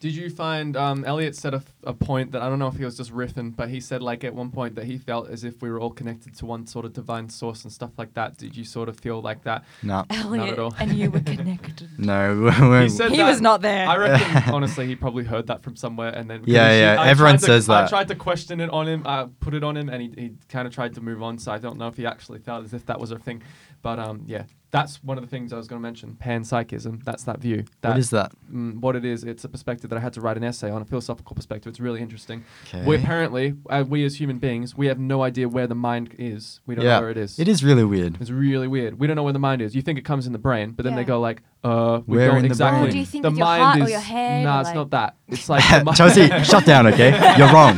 Speaker 3: Did you find um, Elliot said a, f- a point that I don't know if he was just riffing, but he said like at one point that he felt as if we were all connected to one sort of divine source and stuff like that. Did you sort of feel like that?
Speaker 4: No.
Speaker 5: Elliot
Speaker 3: all.
Speaker 5: and you were connected.
Speaker 4: No. we weren't-
Speaker 3: He said
Speaker 5: he
Speaker 3: that-
Speaker 5: was not there.
Speaker 3: I reckon honestly he probably heard that from somewhere and then
Speaker 4: Yeah,
Speaker 3: because he-
Speaker 4: yeah,
Speaker 3: I
Speaker 4: everyone
Speaker 3: tried to-
Speaker 4: says
Speaker 3: I
Speaker 4: that.
Speaker 3: tried to question it on him, I put it on him, and he, he kind of tried to move on. So I don't know if he actually felt as if that was a thing, but um yeah, That's one of the things I was going to mention. Panpsychism. That's that view. That
Speaker 4: what is that?
Speaker 3: mm, what it is. It's a perspective that I had to write an essay on, a philosophical perspective. It's really interesting. We
Speaker 4: 'Kay.
Speaker 3: apparently, uh, we as human beings, we have no idea where the mind is. We don't know where it is.
Speaker 4: It is really weird.
Speaker 3: It's really weird. We don't know where the mind is. You think it comes in the brain, but then they
Speaker 2: Yeah.
Speaker 3: go like, "Uh, we
Speaker 4: Where
Speaker 3: don't
Speaker 4: in the
Speaker 3: exactly."
Speaker 4: brain? Oh, do you
Speaker 2: think
Speaker 3: the
Speaker 2: with your
Speaker 3: mind
Speaker 2: heart or
Speaker 3: is.
Speaker 2: your head
Speaker 3: nah,
Speaker 2: or
Speaker 3: it's
Speaker 2: like-
Speaker 3: not that. It's like the mi-
Speaker 4: Chelsea, shut down, okay? You're wrong.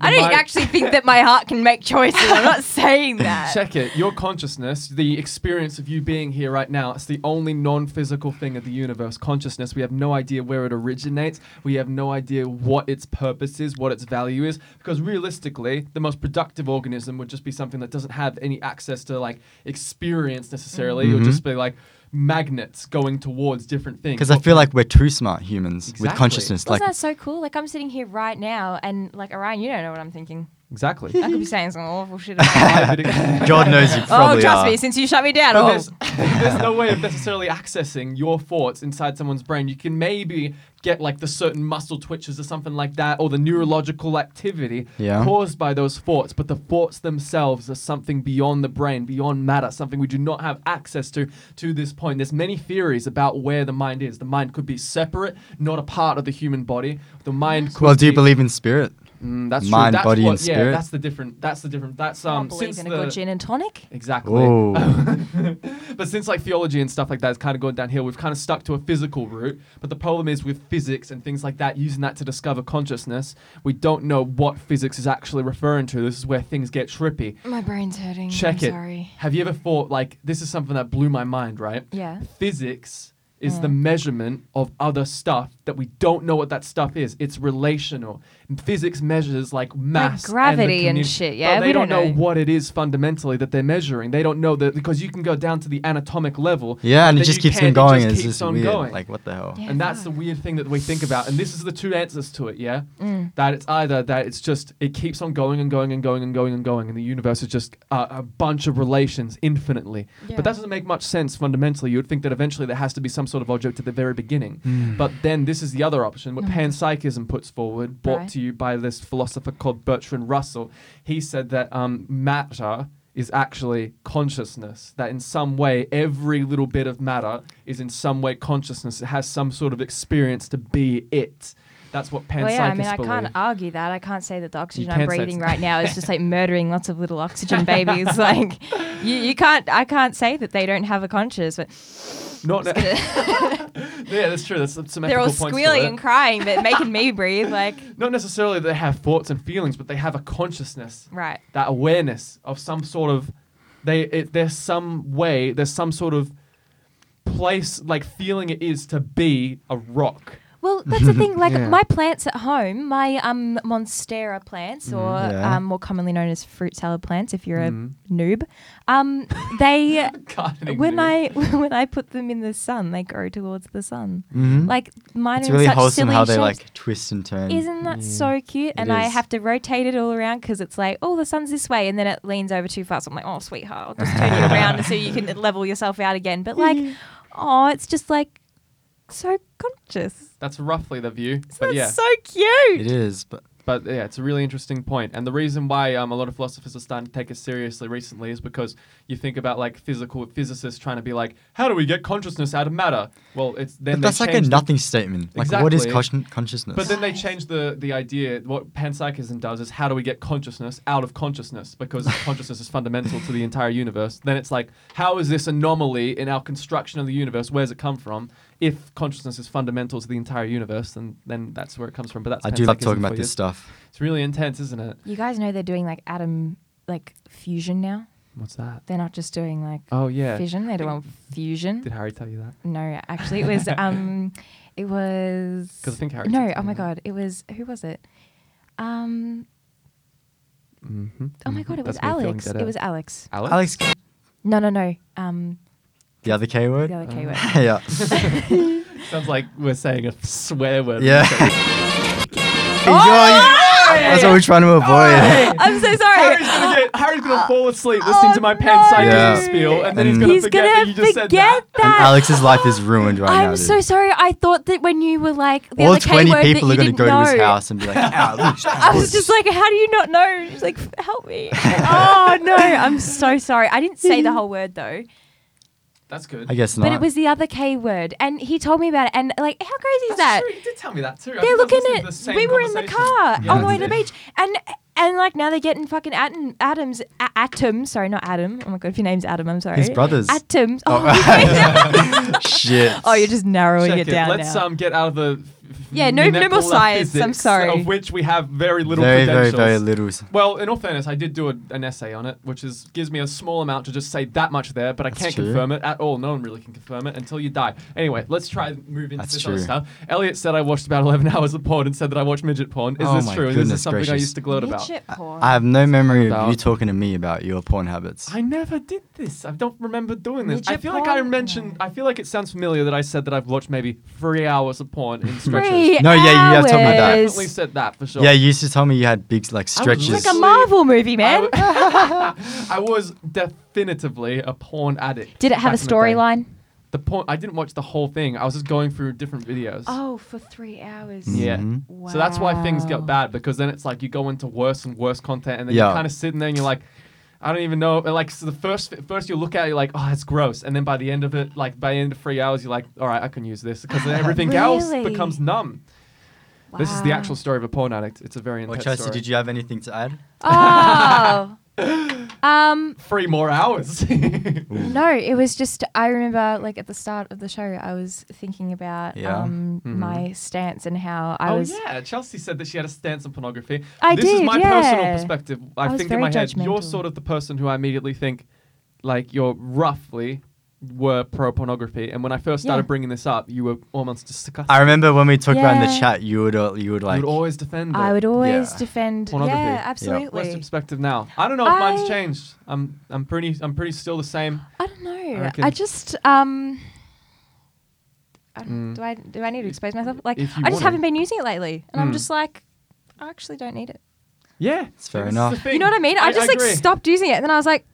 Speaker 8: I don't
Speaker 3: mic-
Speaker 8: actually think that my heart can make choices. I'm not saying that.
Speaker 3: Check it. Your consciousness, the experience of you being here right now, it's the only non physical thing of the universe. Consciousness, we have no idea where it originates. We have no idea what its purpose is, what its value is. Because realistically, the most productive organism would just be something that doesn't have any access to like experience necessarily. It would just be like magnets going towards different things.
Speaker 4: Mm-hmm. Because I
Speaker 3: What-
Speaker 4: feel like we're too smart humans with
Speaker 3: Exactly.
Speaker 4: consciousness.
Speaker 5: Wasn't
Speaker 4: Like,
Speaker 5: that so cool? Like I'm sitting here right now, and like Orion, you don't know what I'm thinking.
Speaker 3: Exactly.
Speaker 5: I could be saying some awful shit. About
Speaker 4: God knows you
Speaker 5: oh,
Speaker 4: probably
Speaker 5: trust
Speaker 4: are.
Speaker 5: me, since you shut me down.
Speaker 3: But
Speaker 5: Oh.
Speaker 3: there's, there's no way of necessarily accessing your thoughts inside someone's brain. You can maybe get like the certain muscle twitches or something like that, or the neurological activity
Speaker 4: Yeah.
Speaker 3: caused by those thoughts. But the thoughts themselves are something beyond the brain, beyond matter, something we do not have access to to this point. There's many theories about where the mind is. The mind could be separate, not a part of the human body. The mind could.
Speaker 4: Well, do you
Speaker 3: be-
Speaker 4: believe in spirit?
Speaker 3: Mm, that's true.
Speaker 4: mind,
Speaker 3: That's
Speaker 4: body,
Speaker 3: what-
Speaker 4: and
Speaker 3: Yeah,
Speaker 4: spirit?
Speaker 3: that's the different. That's the different. That's
Speaker 5: I
Speaker 3: um.
Speaker 5: don't believe
Speaker 3: since
Speaker 5: in a
Speaker 3: the,
Speaker 5: good gin and tonic.
Speaker 3: Exactly.
Speaker 4: Oh,
Speaker 3: But since like theology and stuff like that has kind of gone downhill, we've kind of stuck to a physical route. But the problem is with physics and things like that, using that to discover consciousness, we don't know what physics is actually referring to. This is where things get trippy.
Speaker 5: My brain's hurting.
Speaker 3: Check
Speaker 5: I'm
Speaker 3: it.
Speaker 5: Sorry.
Speaker 3: Have you ever thought like this is something that blew my mind, right?
Speaker 5: Yeah.
Speaker 3: Physics is the measurement of other stuff that we don't know what that stuff is. It's relational. And physics measures like mass,
Speaker 5: gravity and
Speaker 3: communi-
Speaker 5: shit,
Speaker 3: but
Speaker 5: yeah,
Speaker 3: they
Speaker 5: we
Speaker 3: don't,
Speaker 5: don't
Speaker 3: know.
Speaker 5: know.
Speaker 3: what it is fundamentally that they're measuring. They don't know that because you can go down to the anatomic level.
Speaker 4: yeah, and
Speaker 3: but
Speaker 4: it
Speaker 3: then
Speaker 4: just
Speaker 3: you
Speaker 4: keeps
Speaker 3: can't.
Speaker 4: on
Speaker 3: It
Speaker 4: going.
Speaker 3: just
Speaker 4: it's
Speaker 3: keeps
Speaker 4: just
Speaker 3: on
Speaker 4: weird.
Speaker 3: going.
Speaker 4: Like, what the hell?
Speaker 5: Yeah.
Speaker 3: And that's the weird thing that we think about. And this is the two answers to it, yeah?
Speaker 5: Mm.
Speaker 3: That it's either that it's just, it keeps on going and going and going and going and going. And the universe is just uh, a bunch of relations infinitely. But that doesn't make much sense fundamentally. You would think that eventually there has to be some sort of object at the very beginning. But then this is the other option, what panpsychism puts forward, brought
Speaker 5: Mm. Right.
Speaker 3: to you by this philosopher called Bertrand Russell. He said that um, matter is actually consciousness. That in some way, every little bit of matter is in some way consciousness. It has some sort of experience to be it. That's what panpsychists
Speaker 5: Well, yeah, I mean, I
Speaker 3: believe.
Speaker 5: can't argue that. I can't say that the oxygen I'm
Speaker 3: can't say
Speaker 5: breathing
Speaker 3: it's-
Speaker 5: right now is just like murdering lots of little oxygen babies. like, you, you can't, I can't say that they don't have a conscience, but
Speaker 3: Not yeah, that's true. That's some ethical
Speaker 5: they're all
Speaker 3: points to
Speaker 5: squealing
Speaker 3: it.
Speaker 5: and crying, but making me breathe. Like,
Speaker 3: Not necessarily that they have thoughts and feelings, but they have a consciousness.
Speaker 5: right.
Speaker 3: that awareness of some sort of they it, there's some way there's some sort of place like feeling it is to be a rock
Speaker 5: Well, that's the thing. Like
Speaker 3: Yeah.
Speaker 5: my plants at home, my um monstera plants, or
Speaker 4: Mm. yeah. Mm.
Speaker 5: um, more commonly known as fruit salad plants, if you're a noob, um, they
Speaker 3: Gardening
Speaker 5: when
Speaker 3: new.
Speaker 5: I when I put them in the sun, they grow towards the sun. Like
Speaker 4: Mm-hmm.
Speaker 5: mine
Speaker 4: It's
Speaker 5: are
Speaker 4: really
Speaker 5: in such
Speaker 4: wholesome
Speaker 5: silly
Speaker 4: how they
Speaker 5: shapes.
Speaker 4: like twist and turn.
Speaker 5: Isn't that so cute? And I
Speaker 4: is.
Speaker 5: have to rotate it all around because it's like, oh, the sun's this way, and then it leans over too fast. I'm like, oh, sweetheart, I'll just turn it around so you can level yourself out again. But like, oh, it's just like so conscious.
Speaker 3: that's roughly the view but
Speaker 5: That's
Speaker 3: yeah
Speaker 5: so cute.
Speaker 4: It is, but
Speaker 3: But yeah, it's a really interesting point. And the reason why um, a lot of philosophers are starting to take it seriously recently is because you think about like physical physicists trying to be like, how do we get consciousness out of matter? Well, it's then
Speaker 4: but
Speaker 3: they
Speaker 4: that's like a
Speaker 3: change the-
Speaker 4: nothing statement. Like, what is
Speaker 3: Exactly.
Speaker 4: consci- consciousness?
Speaker 3: But then they change the the idea. What panpsychism does is how do we get consciousness out of consciousness because consciousness is fundamental to the entire universe. Then it's like how is this anomaly in our construction of the universe? Where's it come from? If consciousness is fundamental to the entire universe, then then that's where it comes from. But that's
Speaker 4: I do love
Speaker 3: panpsychism
Speaker 4: talking
Speaker 3: for
Speaker 4: about
Speaker 3: you.
Speaker 4: this stuff.
Speaker 3: It's really intense, isn't it?
Speaker 5: You guys know they're doing like atom like fusion now.
Speaker 3: What's that?
Speaker 5: They're not just doing like
Speaker 3: Oh yeah.
Speaker 5: fission; they're doing fusion.
Speaker 3: Did Harry tell you that?
Speaker 5: No, actually, it was um, it was
Speaker 3: 'Cause I think Harry
Speaker 5: No,
Speaker 3: said
Speaker 5: oh my
Speaker 3: something like
Speaker 5: god, it was who was it? Um, oh my god, it
Speaker 3: Mm-hmm, That's me
Speaker 5: was
Speaker 3: feeling
Speaker 5: Alex.
Speaker 3: dead
Speaker 5: It
Speaker 3: out.
Speaker 5: was Alex.
Speaker 3: Alex.
Speaker 4: Alex,
Speaker 5: No, no, no. Um,
Speaker 4: the other K word?
Speaker 5: the
Speaker 3: Um,
Speaker 5: other K word.
Speaker 4: yeah.
Speaker 3: Sounds like we're saying a swear word.
Speaker 4: Yeah. Enjoy. That's what we're trying to avoid.
Speaker 8: Oh! I'm so
Speaker 3: Harry's
Speaker 8: sorry.
Speaker 3: gonna, get, Harry's gonna fall asleep listening to
Speaker 4: Oh,
Speaker 3: my panpsychism
Speaker 4: no.
Speaker 3: spiel, and then he's
Speaker 4: And-
Speaker 3: gonna
Speaker 8: He's
Speaker 3: forget
Speaker 8: gonna
Speaker 3: that you just
Speaker 8: forget
Speaker 3: said that.
Speaker 8: that.
Speaker 4: and Alex's life is ruined right now.
Speaker 8: I'm so
Speaker 4: dude.
Speaker 8: sorry. I thought that when you were like the
Speaker 4: All
Speaker 8: other K
Speaker 4: 20
Speaker 8: word
Speaker 4: people
Speaker 8: that
Speaker 4: are
Speaker 8: you didn't
Speaker 4: going to go
Speaker 8: know.
Speaker 4: to his house and be like, Alex.
Speaker 8: I was just like, how do you not know? She's like, "F- help me. oh no, I'm so sorry. I didn't say the whole word though,
Speaker 3: That's good.
Speaker 4: I guess not.
Speaker 8: but it was the other K word, and he told me about it. And like, how crazy is that?
Speaker 3: That's true. You did tell me that too. I
Speaker 8: They're
Speaker 3: think I
Speaker 8: looking
Speaker 3: was listening to the
Speaker 8: at.
Speaker 3: same
Speaker 8: We were in the
Speaker 3: conversation.
Speaker 8: car
Speaker 3: Yeah.
Speaker 8: on the way to the beach, and and like now they're getting fucking atom, Adams, a- Atom. Sorry, not Adam. Oh my god, if your name's Adam, I'm sorry.
Speaker 4: His brothers.
Speaker 8: Atoms. Oh,
Speaker 4: Shit.
Speaker 8: oh you're just narrowing
Speaker 3: Check
Speaker 8: it down
Speaker 3: Let's
Speaker 8: now.
Speaker 3: um get out of the
Speaker 8: Yeah, no- no more
Speaker 3: molecular
Speaker 8: science, I'm
Speaker 3: physics,
Speaker 8: sorry.
Speaker 3: Of which we have very little
Speaker 4: very, very,
Speaker 3: credentials.
Speaker 4: very little. s-
Speaker 3: Well, in all fairness, I did do a, an essay on it, which is gives me a small amount to just say that much there, but I
Speaker 4: That's
Speaker 3: can't
Speaker 4: true.
Speaker 3: confirm it at all. No one really can confirm it until you die. Anyway, let's try and move into
Speaker 4: That's
Speaker 3: this other
Speaker 4: true.
Speaker 3: stuff. Elliot said I watched about 11 hours of porn and said that I watched midget porn. Is
Speaker 4: Oh
Speaker 3: this
Speaker 4: my
Speaker 3: true? And this is
Speaker 4: goodness
Speaker 3: something I
Speaker 4: gracious.
Speaker 3: used to gloat about.
Speaker 5: Midget porn.
Speaker 4: I have no memory of you
Speaker 3: About-
Speaker 4: talking to me about your porn habits.
Speaker 3: I never did this. I don't remember doing this. I
Speaker 5: Midget
Speaker 3: feel like I
Speaker 5: porn?
Speaker 3: mentioned. I feel like it sounds familiar that I said that I've watched maybe three hours of porn in stretches.
Speaker 8: Three
Speaker 4: No, yeah, you have told me that.
Speaker 3: I
Speaker 8: hours.
Speaker 3: definitely said that for sure.
Speaker 4: Yeah, you used to tell me you had big
Speaker 3: I
Speaker 4: like
Speaker 3: was
Speaker 4: stretches.
Speaker 3: like
Speaker 8: It's like a Marvel movie,
Speaker 3: I
Speaker 8: man.
Speaker 3: w- I was definitively a porn addict.
Speaker 5: Did it have a
Speaker 3: back in the day.
Speaker 5: storyline?
Speaker 3: The porn. I didn't watch the whole thing. I was just going through different videos.
Speaker 5: Oh, for three hours.
Speaker 3: Yeah.
Speaker 4: Mm-hmm.
Speaker 3: So that's why things get
Speaker 5: Wow.
Speaker 3: bad because then it's like you go into worse and worse content, and then
Speaker 4: Yeah.
Speaker 3: you're kind of sitting there and you're like, I don't even know. And like so the first first you look at it, you're like, oh, that's gross, and then by the end of it, like by the end of three hours, you're like, all right, I can use this because then everything else
Speaker 8: Really?
Speaker 3: becomes numb. This is the
Speaker 5: Wow.
Speaker 3: actual story of a porn addict. It's a very
Speaker 4: Well,
Speaker 3: intense
Speaker 4: Oh, Chelsea,
Speaker 3: story.
Speaker 4: did you have anything to add?
Speaker 5: Oh. um,
Speaker 3: Three more hours.
Speaker 5: no, it was just, I remember like at the start of the show, I was thinking about
Speaker 4: Yeah.
Speaker 5: um, my stance and how I
Speaker 3: Mm-hmm. oh
Speaker 5: was.
Speaker 3: yeah, Chelsea said that she had a stance on pornography.
Speaker 5: I
Speaker 3: this is
Speaker 5: did,
Speaker 3: my
Speaker 5: yeah.
Speaker 3: personal perspective. I,
Speaker 5: I was
Speaker 3: think in
Speaker 5: very
Speaker 3: my head, you're
Speaker 5: judgmental.
Speaker 3: sort of the person who I immediately think, like you're roughly were pro pornography. And when I first started
Speaker 5: Yeah.
Speaker 3: bringing this up, you were almost disgusted.
Speaker 4: I remember when we talked about in the
Speaker 5: Yeah.
Speaker 4: chat, you would uh, you would
Speaker 3: you
Speaker 4: like
Speaker 3: would always defend.
Speaker 5: I
Speaker 3: it.
Speaker 5: would always
Speaker 4: Yeah.
Speaker 5: defend.
Speaker 3: Pornography.
Speaker 5: Yeah,
Speaker 3: What's your
Speaker 5: absolutely.
Speaker 3: perspective now? I don't know if mine's
Speaker 5: I-
Speaker 3: changed. I'm I'm pretty I'm pretty still the same.
Speaker 5: I don't know.
Speaker 3: reckon-
Speaker 5: I, just um. I don't, Do I do I need to expose myself? Like I
Speaker 3: Mm. if
Speaker 5: just
Speaker 3: you want
Speaker 5: haven't
Speaker 3: to.
Speaker 5: been using it lately, and
Speaker 3: Mm.
Speaker 5: I'm just like, I actually don't need it.
Speaker 3: Yeah,
Speaker 4: It's fair
Speaker 3: This is
Speaker 4: enough.
Speaker 3: the
Speaker 5: You know what I
Speaker 3: thing.
Speaker 5: mean? I, just like
Speaker 3: agree.
Speaker 5: stopped using it, and then I was like,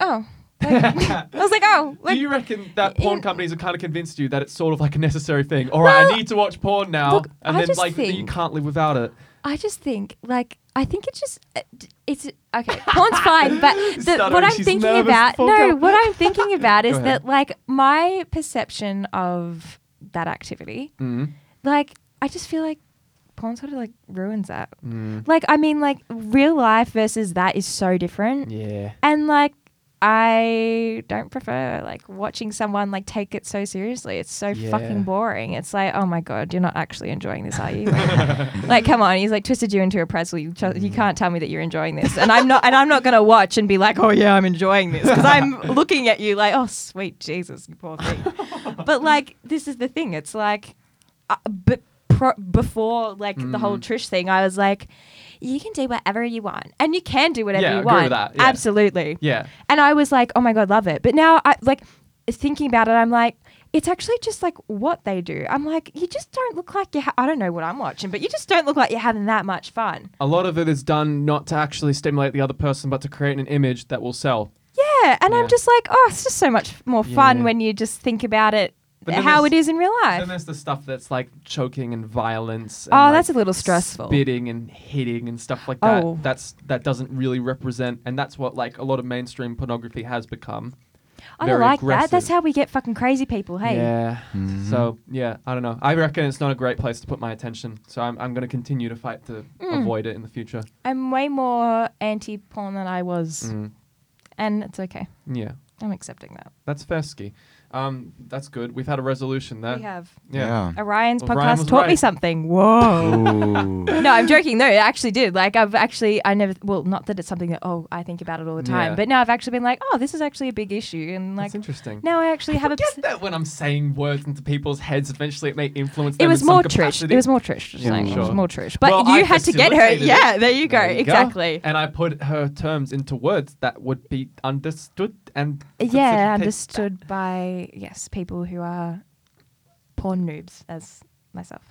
Speaker 5: oh. Like, I was like, oh, like,
Speaker 3: Do you reckon that porn
Speaker 5: in-
Speaker 3: companies have kind of convinced you that it's sort of like a necessary thing? All right, I
Speaker 5: Well,
Speaker 3: need to watch porn now,
Speaker 5: look,
Speaker 3: and
Speaker 5: I
Speaker 3: then
Speaker 5: just
Speaker 3: like you
Speaker 5: think-
Speaker 3: can't live without it.
Speaker 5: I just think like I think it's just uh, d- it's okay. Porn's fine, but the,
Speaker 3: Stuttering,
Speaker 5: what I'm
Speaker 3: she's
Speaker 5: thinking
Speaker 3: nervous
Speaker 5: about
Speaker 3: before
Speaker 5: no,
Speaker 3: going-
Speaker 5: what I'm thinking about is
Speaker 3: Go ahead.
Speaker 5: that like my perception of that activity,
Speaker 3: Mm.
Speaker 5: like I just feel like porn sort of like ruins that.
Speaker 3: Mm.
Speaker 5: Like I mean, like real life versus that is so different,
Speaker 3: Yeah.
Speaker 5: and like. I don't prefer like watching someone like take it so seriously. It's so
Speaker 3: Yeah.
Speaker 5: fucking boring. It's like, oh my god, you're not actually enjoying this, are you? Like, like, come on, he's like twisted you into a pretzel. You, ch-
Speaker 3: Mm.
Speaker 5: you can't tell me that you're enjoying this, and I'm not. And I'm not gonna watch and be like, oh yeah, I'm enjoying this because I'm looking at you like, oh sweet Jesus, you poor thing. but like, this is the thing. It's like, uh, but pro- before like the
Speaker 3: Mm.
Speaker 5: whole Trish thing, I was like, you can do whatever you want, and you can do whatever
Speaker 3: Yeah, I
Speaker 5: you
Speaker 3: agree
Speaker 5: want.
Speaker 3: with that, yeah.
Speaker 5: Absolutely.
Speaker 3: Yeah.
Speaker 5: And I was like, oh my God, love it. But now I like thinking about it, I'm like, it's actually just like what they do. I'm like, you just don't look like you. Ha- I don't know what I'm watching, but you just don't look like you're having that much fun.
Speaker 3: A lot of it is done not to actually stimulate the other person, but to create an image that will sell.
Speaker 5: Yeah, and
Speaker 3: Yeah.
Speaker 5: I'm just like, oh, it's just so much more fun
Speaker 3: Yeah.
Speaker 5: when you just think about it
Speaker 3: But then
Speaker 5: how
Speaker 3: there's-
Speaker 5: it is in real life.
Speaker 3: Then there's the stuff that's like choking and violence. And
Speaker 5: Oh,
Speaker 3: like,
Speaker 5: that's a little stressful.
Speaker 3: Spitting and hitting and stuff like that.
Speaker 5: Oh.
Speaker 3: That's that doesn't really represent, and that's what like a lot of mainstream pornography has become.
Speaker 5: I don't
Speaker 3: very
Speaker 5: like that. That's
Speaker 3: aggressive.
Speaker 5: how we get fucking crazy people. Hey,
Speaker 3: Yeah. So yeah, I don't know. I reckon it's not a great place to put my attention. So I'm, I'm going to continue to fight to
Speaker 5: Mm.
Speaker 3: avoid it in the future.
Speaker 5: I'm way more anti-porn than I was,
Speaker 3: Mm.
Speaker 5: and it's okay.
Speaker 3: Yeah,
Speaker 5: I'm accepting that.
Speaker 3: that's Fesky. Um, that's good. We've had a resolution there.
Speaker 5: We have
Speaker 3: Yeah.
Speaker 5: Orion's
Speaker 3: Well,
Speaker 5: podcast
Speaker 3: Ryan was
Speaker 5: taught me
Speaker 3: right.
Speaker 5: something. Whoa.
Speaker 4: Ooh.
Speaker 5: no, I'm joking. No, it actually did. Like I've actually, I never. Well, not that it's something that oh, I think about it all the time.
Speaker 3: Yeah.
Speaker 5: But now I've actually been like, oh, this is actually a big issue, and like
Speaker 3: that's interesting.
Speaker 5: now I actually have a.
Speaker 3: Get that when I'm saying words into people's heads, eventually it may influence them.
Speaker 5: It was
Speaker 3: in some
Speaker 5: more
Speaker 3: capacity.
Speaker 5: Trish. It was more Trish. Just
Speaker 3: Yeah,
Speaker 5: saying. It was
Speaker 3: sure.
Speaker 5: more Trish. But
Speaker 3: Well,
Speaker 5: you
Speaker 3: I
Speaker 5: had to get her.
Speaker 3: facilitated it.
Speaker 5: Yeah, there you go.
Speaker 3: There you go.
Speaker 5: exactly.
Speaker 3: And I put her terms into words that would be understood and
Speaker 5: Yeah,
Speaker 3: facilitated.
Speaker 5: understood by yes people who are porn noobs as myself.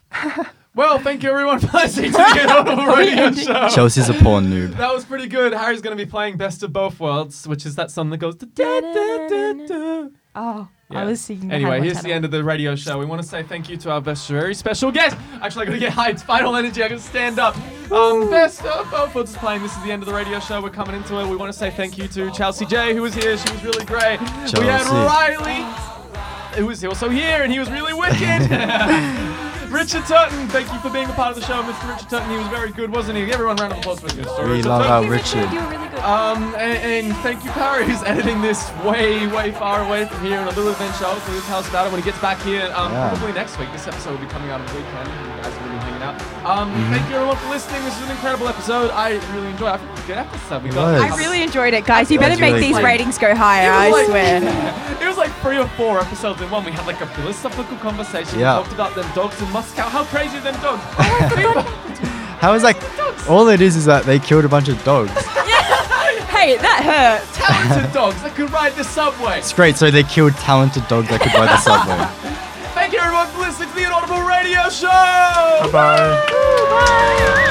Speaker 3: Well, thank you everyone for listening to the Audible Radio Show.
Speaker 4: Chelsea's a porn noob.
Speaker 3: That was pretty good. Harry's going to be playing Best of Both Worlds, which is that song that goes. Da, da, da, da, da.
Speaker 5: Oh,
Speaker 3: Yeah.
Speaker 5: I was singing.
Speaker 3: Anyway,
Speaker 5: Hannah
Speaker 3: here's the
Speaker 5: Montana.
Speaker 3: end of the radio show. We want to say thank you to our best, very special guest. Actually, I got to get hyped. Final energy. I got to stand up. Um, best of both worlds is playing. This is the end of the radio show. We're coming into it. We want to say thank you to Chelsea J, who was here. She was really great. We had
Speaker 4: Chelsea.
Speaker 3: Riley, who was also here, and he was really wicked. Richard Tutton, thank you for being a part of the show, Mr. Richard Tutton. He was very good, wasn't he? Everyone, round of applause for Mr.
Speaker 4: We
Speaker 3: Richard
Speaker 4: love
Speaker 3: Tutton.
Speaker 4: our Richard.
Speaker 3: Um, and, and thank you, Parry, who's editing this way, way far away from here on a little event show. So you'll tell us about it when he gets back here. Um,
Speaker 4: Yeah.
Speaker 3: Probably next week. This episode will be coming out on the weekend. You guys will be hanging out. Um,
Speaker 4: Mm-hmm.
Speaker 3: Thank you, everyone, for listening. This was an incredible episode. I really enjoyed it. I think it's a good episode. We got
Speaker 4: was.
Speaker 8: I really enjoyed it, guys. You
Speaker 4: That's
Speaker 8: better make
Speaker 4: really
Speaker 8: these
Speaker 4: fun.
Speaker 8: ratings go higher.
Speaker 3: It
Speaker 8: I
Speaker 3: was like-
Speaker 8: swear.
Speaker 3: It was like three or four episodes in one. We had like a philosophical conversation.
Speaker 4: Yeah.
Speaker 3: We talked about them dogs in Moscow. How crazy are them dogs?
Speaker 4: How is like all it is is that they killed a bunch of dogs.
Speaker 8: hey, that hurt.
Speaker 3: Talented dogs that could ride the subway.
Speaker 4: It's great. So they killed talented dogs that could ride the subway.
Speaker 3: Thank you, everyone, for listening to the Inaudible Radio Show.
Speaker 4: Bye.
Speaker 3: Bye.